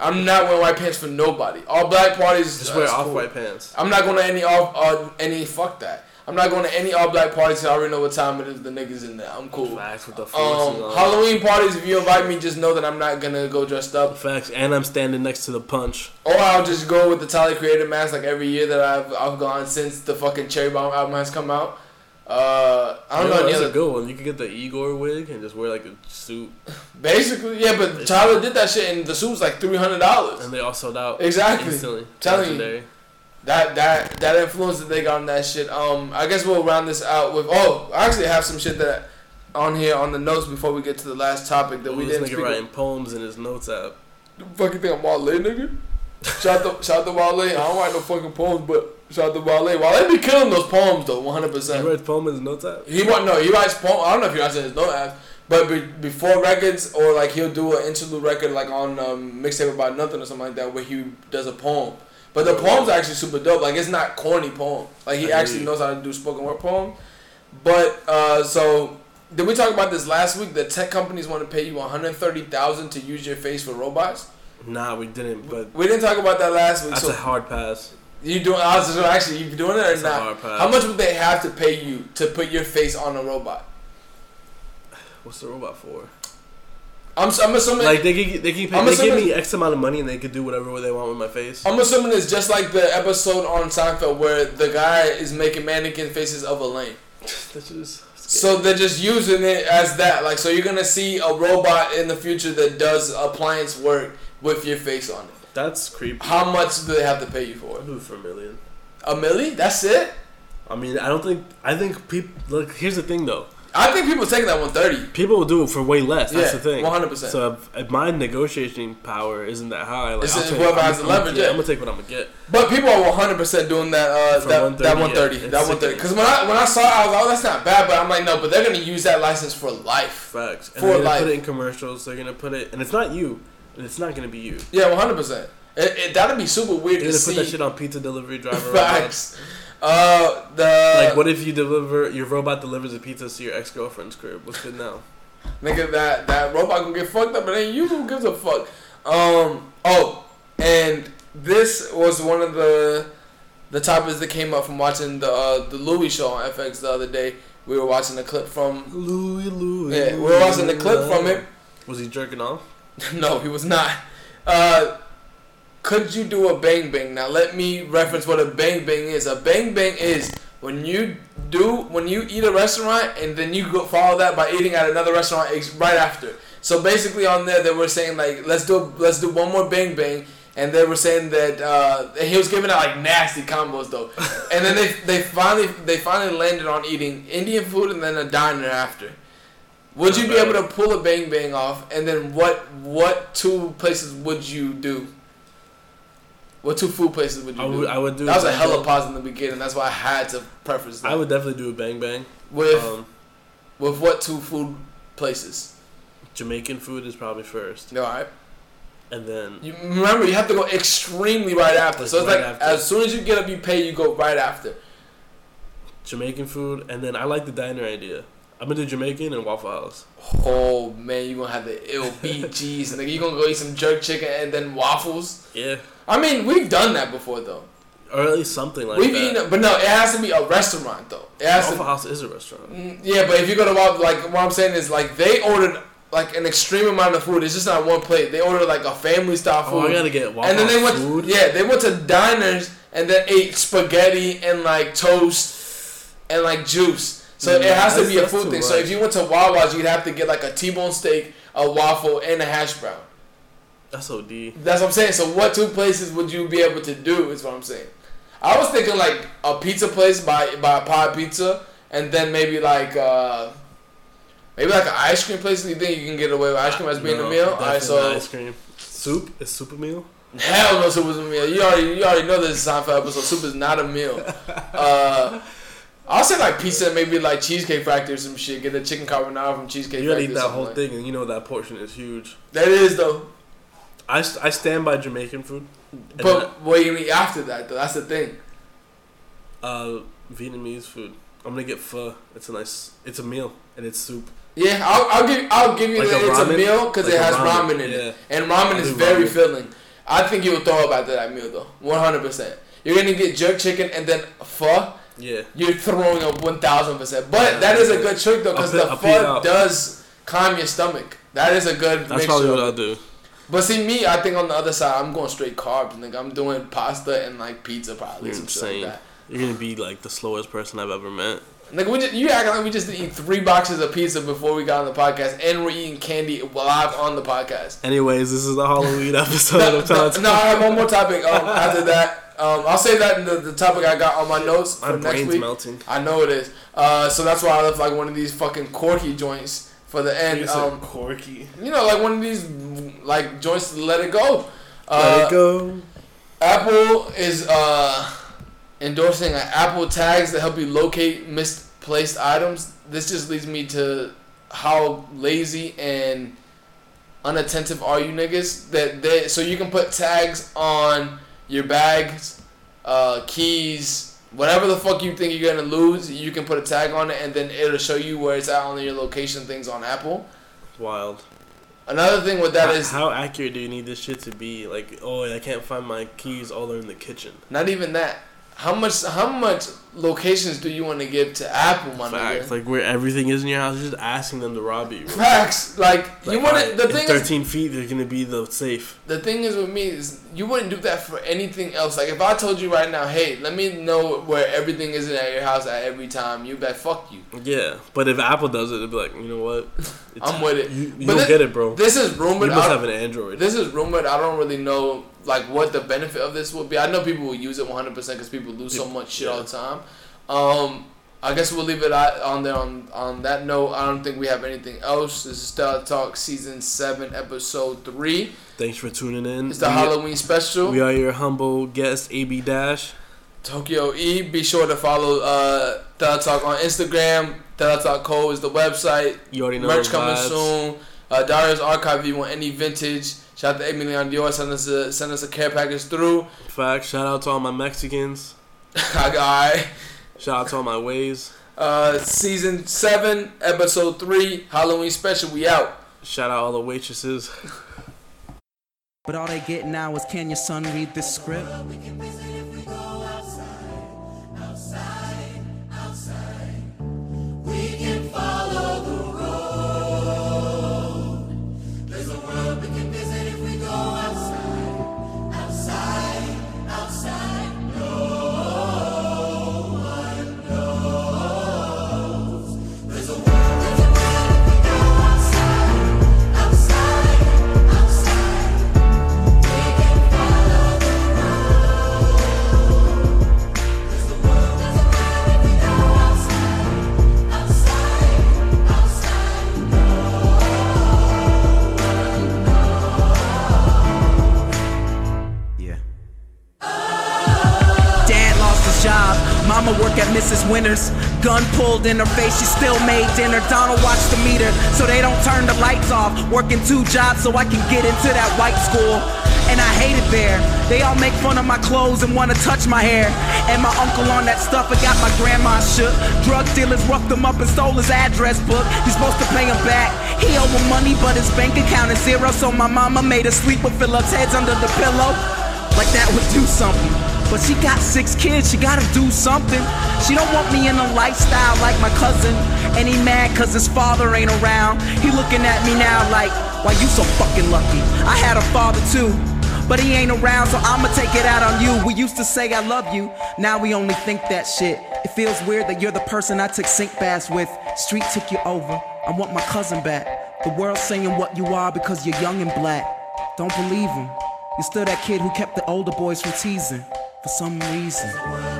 S2: I'm not wearing white pants for nobody. All black parties
S3: Just
S2: uh,
S3: wear
S2: it's
S3: off
S2: cool.
S3: white pants.
S2: I'm not going to any off uh, any fuck that. I'm not going to any all black parties. 'cause I already know what time it is. The niggas in there. I'm cool.
S3: Facts with the forces
S2: Um,
S3: on.
S2: Halloween parties. If you invite me, just know that I'm not gonna go dressed up,
S3: Facts, and I'm standing next to the punch.
S2: or I'll just go with the Tyler Creator mask like every year that I've I've gone since the fucking Cherry Bomb album has come out. Uh, I don't
S3: Yo,
S2: know any
S3: that's
S2: other.
S3: a good one. You could get the Igor wig and just wear like a suit,
S2: Basically, yeah, but Tyler did that shit, and the suit was like three hundred dollars.
S3: and they all sold out
S2: Exactly.
S3: instantly.
S2: Telling you.
S3: Legendary.
S2: That that that influence that they got on that shit. Um, I guess we'll round this out with. Oh, I actually have some shit that on here on the notes before we get to the last topic that
S3: Ooh,
S2: we
S3: this
S2: didn't
S3: nigga
S2: speak.
S3: writing
S2: Right.
S3: poems in his notes app.
S2: Fucking thing, I'm Wale, nigga. Shout out to shout out to Wale. I don't write no fucking poems, but shout out to Wale. Wale be killing those poems though, 100.
S3: He
S2: percent
S3: writes poems in his notes app.
S2: He won't no. He writes poems. I don't know if he writes in his note app, but be, before records or like he'll do an interlude record like on um, mixtape about nothing or something like that where he does a poem. But the poems are actually super dope. Like it's not corny poem. Like he
S3: I
S2: actually
S3: agree.
S2: knows how to do spoken word poem. But uh, so did we talk about this last week? The tech companies want to pay you one hundred thirty thousand to use your face for robots.
S3: Nah, we didn't. But
S2: We didn't talk about that last week.
S3: that's a
S2: so
S3: hard pass.
S2: you doing? I was just actually you doing it or
S3: That's a
S2: not?
S3: hard pass.
S2: How much would they have to pay you to put your face on a robot?
S3: What's the robot for?
S2: I'm, I'm assuming
S3: Like they could, they could pay,
S2: I'm
S3: they give
S2: assuming- Oh.
S3: me X amount of money and they could do whatever they want with my face.
S2: I'm assuming it's just like the episode on Seinfeld where the guy is making mannequin faces of Elaine.
S3: That's just
S2: So they're just using it as that. Like, so you're gonna see a robot in the future that does appliance work with your face on it.
S3: that's creepy.
S2: How much do they have to pay you for?
S3: I
S2: it?
S3: move for a million.
S2: A milli? That's it?
S3: I mean, I don't think. I think people. Look, here's the thing though.
S2: I think people taking that 130.
S3: People will do it for way less. That's
S2: Yeah,
S3: the thing.
S2: 100%.
S3: So if, if my negotiating power isn't that high, like
S2: It's
S3: I'll
S2: just
S3: take-
S2: whoever
S3: I'm-
S2: has the
S3: I'm-
S2: leverage,
S3: yeah,
S2: yeah.
S3: I'm gonna take what I'm gonna get.
S2: But people are 100% doing that. Uh,
S3: For
S2: that, that 130.
S3: 130, yeah,
S2: that
S3: it's
S2: 130. Because when I when I saw it, I was like, oh, that's not bad. But I'm like, no. But they're gonna use that license for life.
S3: Facts.
S2: For
S3: And they're gonna
S2: life.
S3: put it in commercials. They're gonna put it, and it's not you, and it's not gonna be you.
S2: Yeah, 100%. It, it, that'd be super weird
S3: They're
S2: to
S3: gonna
S2: see.
S3: put that shit on pizza delivery driver. robots.
S2: Facts. Uh, the
S3: Like, what if you deliver your robot delivers a pizza to your ex girlfriend's crib? What's good now?
S2: nigga that that robot gonna get fucked up, and ain't you who gives a fuck. Um. Oh, and this was one of the the topics that came up from watching the uh, the Louis show on FX the other day. We were watching a clip from
S3: Louis Louis.
S2: yeah, we were watching the clip from it.
S3: Was he jerking off?
S2: No, he was not. Uh, could you do a bang bang? Now let me reference what a bang bang is. A bang bang is when you do when you eat a restaurant and then you go follow that by eating at another restaurant ex- right after. So basically on there they were saying like let's do let's do one more bang bang. And they were saying that uh, and he was giving out like nasty combos though, and then they, they finally they finally landed on eating Indian food and then a diner after. Would you be able to pull a bang bang off? And then what what two places would you do? What two food places would you
S3: I
S2: do?
S3: would. I would do.
S2: that was a
S3: bang
S2: hella
S3: bang.
S2: pause in the beginning. That's why I had to preface that.
S3: I would definitely do a bang bang.
S2: with
S3: Um,
S2: with what two food places?
S3: Jamaican food is probably first,
S2: You All right.
S3: and then
S2: You remember you have to go extremely right after. So it's
S3: Right
S2: like
S3: after.
S2: as soon as you get up, you pay. You go right after.
S3: Jamaican food, and then I like the diner idea. I'm gonna do Jamaican and Waffle House.
S2: Oh man, you gonna have the ill BGs, nigga. You gonna go eat some jerk chicken and then waffles.
S3: Yeah,
S2: I mean, we've done that before though.
S3: or at least something like
S2: We've
S3: that.
S2: eaten, but no, it has to be a restaurant though. It has to
S3: Waffle House is a restaurant.
S2: Mm, Yeah, but if you go to Waffle, like what I'm saying is like they ordered like an extreme amount of food. It's just not one plate. They ordered like a family style
S3: Oh,
S2: food.
S3: I gotta get Waffle
S2: and then they
S3: House
S2: went,
S3: food.
S2: yeah, they went to diners and then ate spaghetti and like toast and like juice. So it
S3: Yeah,
S2: has to
S3: that's-
S2: be a
S3: that's
S2: food
S3: too
S2: thing. So
S3: much.
S2: if you went to Wawa's, you'd have to get like a T-bone steak, a waffle, and a hash brown.
S3: That's OD.
S2: That's what I'm saying. So what two places would you be able to do? Is what I'm saying. I was thinking like a pizza place by by Pie Pizza, and then maybe like uh, maybe like an ice cream place. You think you can get away with ice cream as being
S3: No,
S2: a meal? All
S3: definitely
S2: right, so
S3: ice cream, soup is soup a meal.
S2: hell no, soup is a meal. You already you already know this is a Seinfeld episode. Soup is not a meal. Uh, I'll say like pizza, and maybe like Cheesecake Factory or some shit. Get the chicken carbonara from Cheesecake
S3: You gotta
S2: Factory.
S3: eat
S2: or
S3: that
S2: something
S3: whole
S2: like-
S3: thing, and you know that portion is huge.
S2: That is though.
S3: I, s- I stand by Jamaican food. and
S2: But what do you eat after that though? That's the thing.
S3: then, uh, Vietnamese food. I'm gonna get pho. It's a nice. It's a meal, and it's soup.
S2: Yeah, I'll, I'll give I'll give you
S3: Like
S2: that
S3: a
S2: it's a
S3: ramen?
S2: meal because
S3: Like
S2: it
S3: a
S2: has ramen,
S3: ramen,
S2: in
S3: yeah.
S2: it, and ramen
S3: I'll
S2: is
S3: do
S2: very
S3: ramen.
S2: filling. I think you will throw up after that meal though, one hundred percent. You're gonna get jerk chicken and then pho,
S3: Yeah.
S2: you're throwing up one thousand percent. But that is a good trick though, because
S3: I'll pee-
S2: the
S3: I'll pee it
S2: fun
S3: out.
S2: does calm your stomach. That is a good
S3: uh, That's probably
S2: mixture.
S3: what I'll do.
S2: but see me, I think on the other side, I'm going straight carbs. Nigga, I'm doing pasta and like pizza probably.
S3: You're
S2: some shit like
S3: insane.
S2: that.
S3: You're gonna be like the slowest person I've ever met.
S2: Nigga, we just, you acting like we just eat three boxes of pizza before we got on the podcast, and we're eating candy live on the podcast.
S3: Anyways, this is the Halloween episode
S2: no,
S3: of Todd's.
S2: no, no, I have one more topic. Um, after that, um, I'll say that in the, the topic I got on my notes
S3: My
S2: for next
S3: brain's
S2: week.
S3: melting.
S2: I know it is. Uh, so that's why I left like one of these fucking corky joints for the end. Um,
S4: Corky.
S2: you know, like one of these like joints to let it go. Uh,
S3: Let it go.
S2: Apple is uh, endorsing uh, Apple tags that help you locate misplaced items. This just leads me to how lazy and unattentive are you niggas that they so you can put tags on your bags, uh, keys, whatever the fuck you think you're gonna lose, you can put a tag on it and then it'll show you where it's at on your location things on Apple.
S3: Wild.
S2: Another thing with that is
S3: how, how accurate do you need this shit to be? Like, oh, I can't find my keys. All are in the kitchen.
S2: Not even that. How much? How much locations do you want to give to Apple, my
S3: Facts.
S2: nigga?
S3: Like where everything is in your house, you're just asking them to rob you.
S2: Facts. Like, you
S3: Like,
S2: want
S3: alright,
S2: to The
S3: in
S2: thing is,
S3: thirteen feet. They're gonna be the safe.
S2: the thing is with me is you wouldn't do that for anything else. Like, if I told you right now, hey, let me know where everything is at your house at every time, you'd be like, fuck you.
S3: Yeah, but if Apple does it, they'd be like, you know what? It's,
S2: I'm with it.
S3: You,
S2: But
S3: you don't
S2: thi-
S3: get it, bro.
S2: This is
S3: You
S2: rumored.
S3: must
S2: I-
S3: have an Android.
S2: This is rumored. I don't really know like what the benefit of this will be. I know people will use it 100% because people lose so much shit all the time. Um, I guess we'll leave it at- on there. On on that note, I don't think we have anything else. This is Style Talk season seven, episode three.
S3: Thanks for tuning in.
S2: It's the
S3: We-
S2: Halloween special.
S3: We are your humble guest, AB Dash.
S2: Tokyo E. Be sure to follow uh, Style Talk on Instagram. Style Talk Co is the website.
S3: You already know
S2: Merch
S3: the
S2: coming
S3: vibes.
S2: soon. Uh, Dario's Archive. If you want any vintage, shout out to Emilion Dior. Send us a send us a care package through.
S3: Fact. Shout out to all my Mexicans.
S2: I got alright.
S3: Shout out to all my ways.
S2: Uh, season seven, episode three, Halloween special. We out.
S3: Shout out all the waitresses.
S5: But all they get now is can your son read this script? Yeah. Dad lost his job. Mama work at Mrs. Winters. Gun pulled in her face, she still made dinner. Donald watched the meter, so they don't turn the lights off. Working two jobs so I can get into that white school. And I hate it there. They all make fun of my clothes and wanna touch my hair. And my uncle on that stuff, I got my grandma shook. Drug dealers roughed him up and stole his address book. He's supposed to pay him back. He owed him money, but his bank account is zero. So my mama made her sleep with Phillips heads under the pillow like that would do something. But she got six kids, she gotta do something. She don't want me in a lifestyle like my cousin. And he mad cause his father ain't around. He looking at me now like, why you so fucking lucky? I had a father too. But he ain't around, so I'ma take it out on you. We used to say I love you, now we only think that shit. It feels weird that you're the person I took sink baths with. Street took you over, I want my cousin back. The world's saying what you are because you're young and black. Don't believe him. You're still that kid who kept the older boys from teasing for some reason.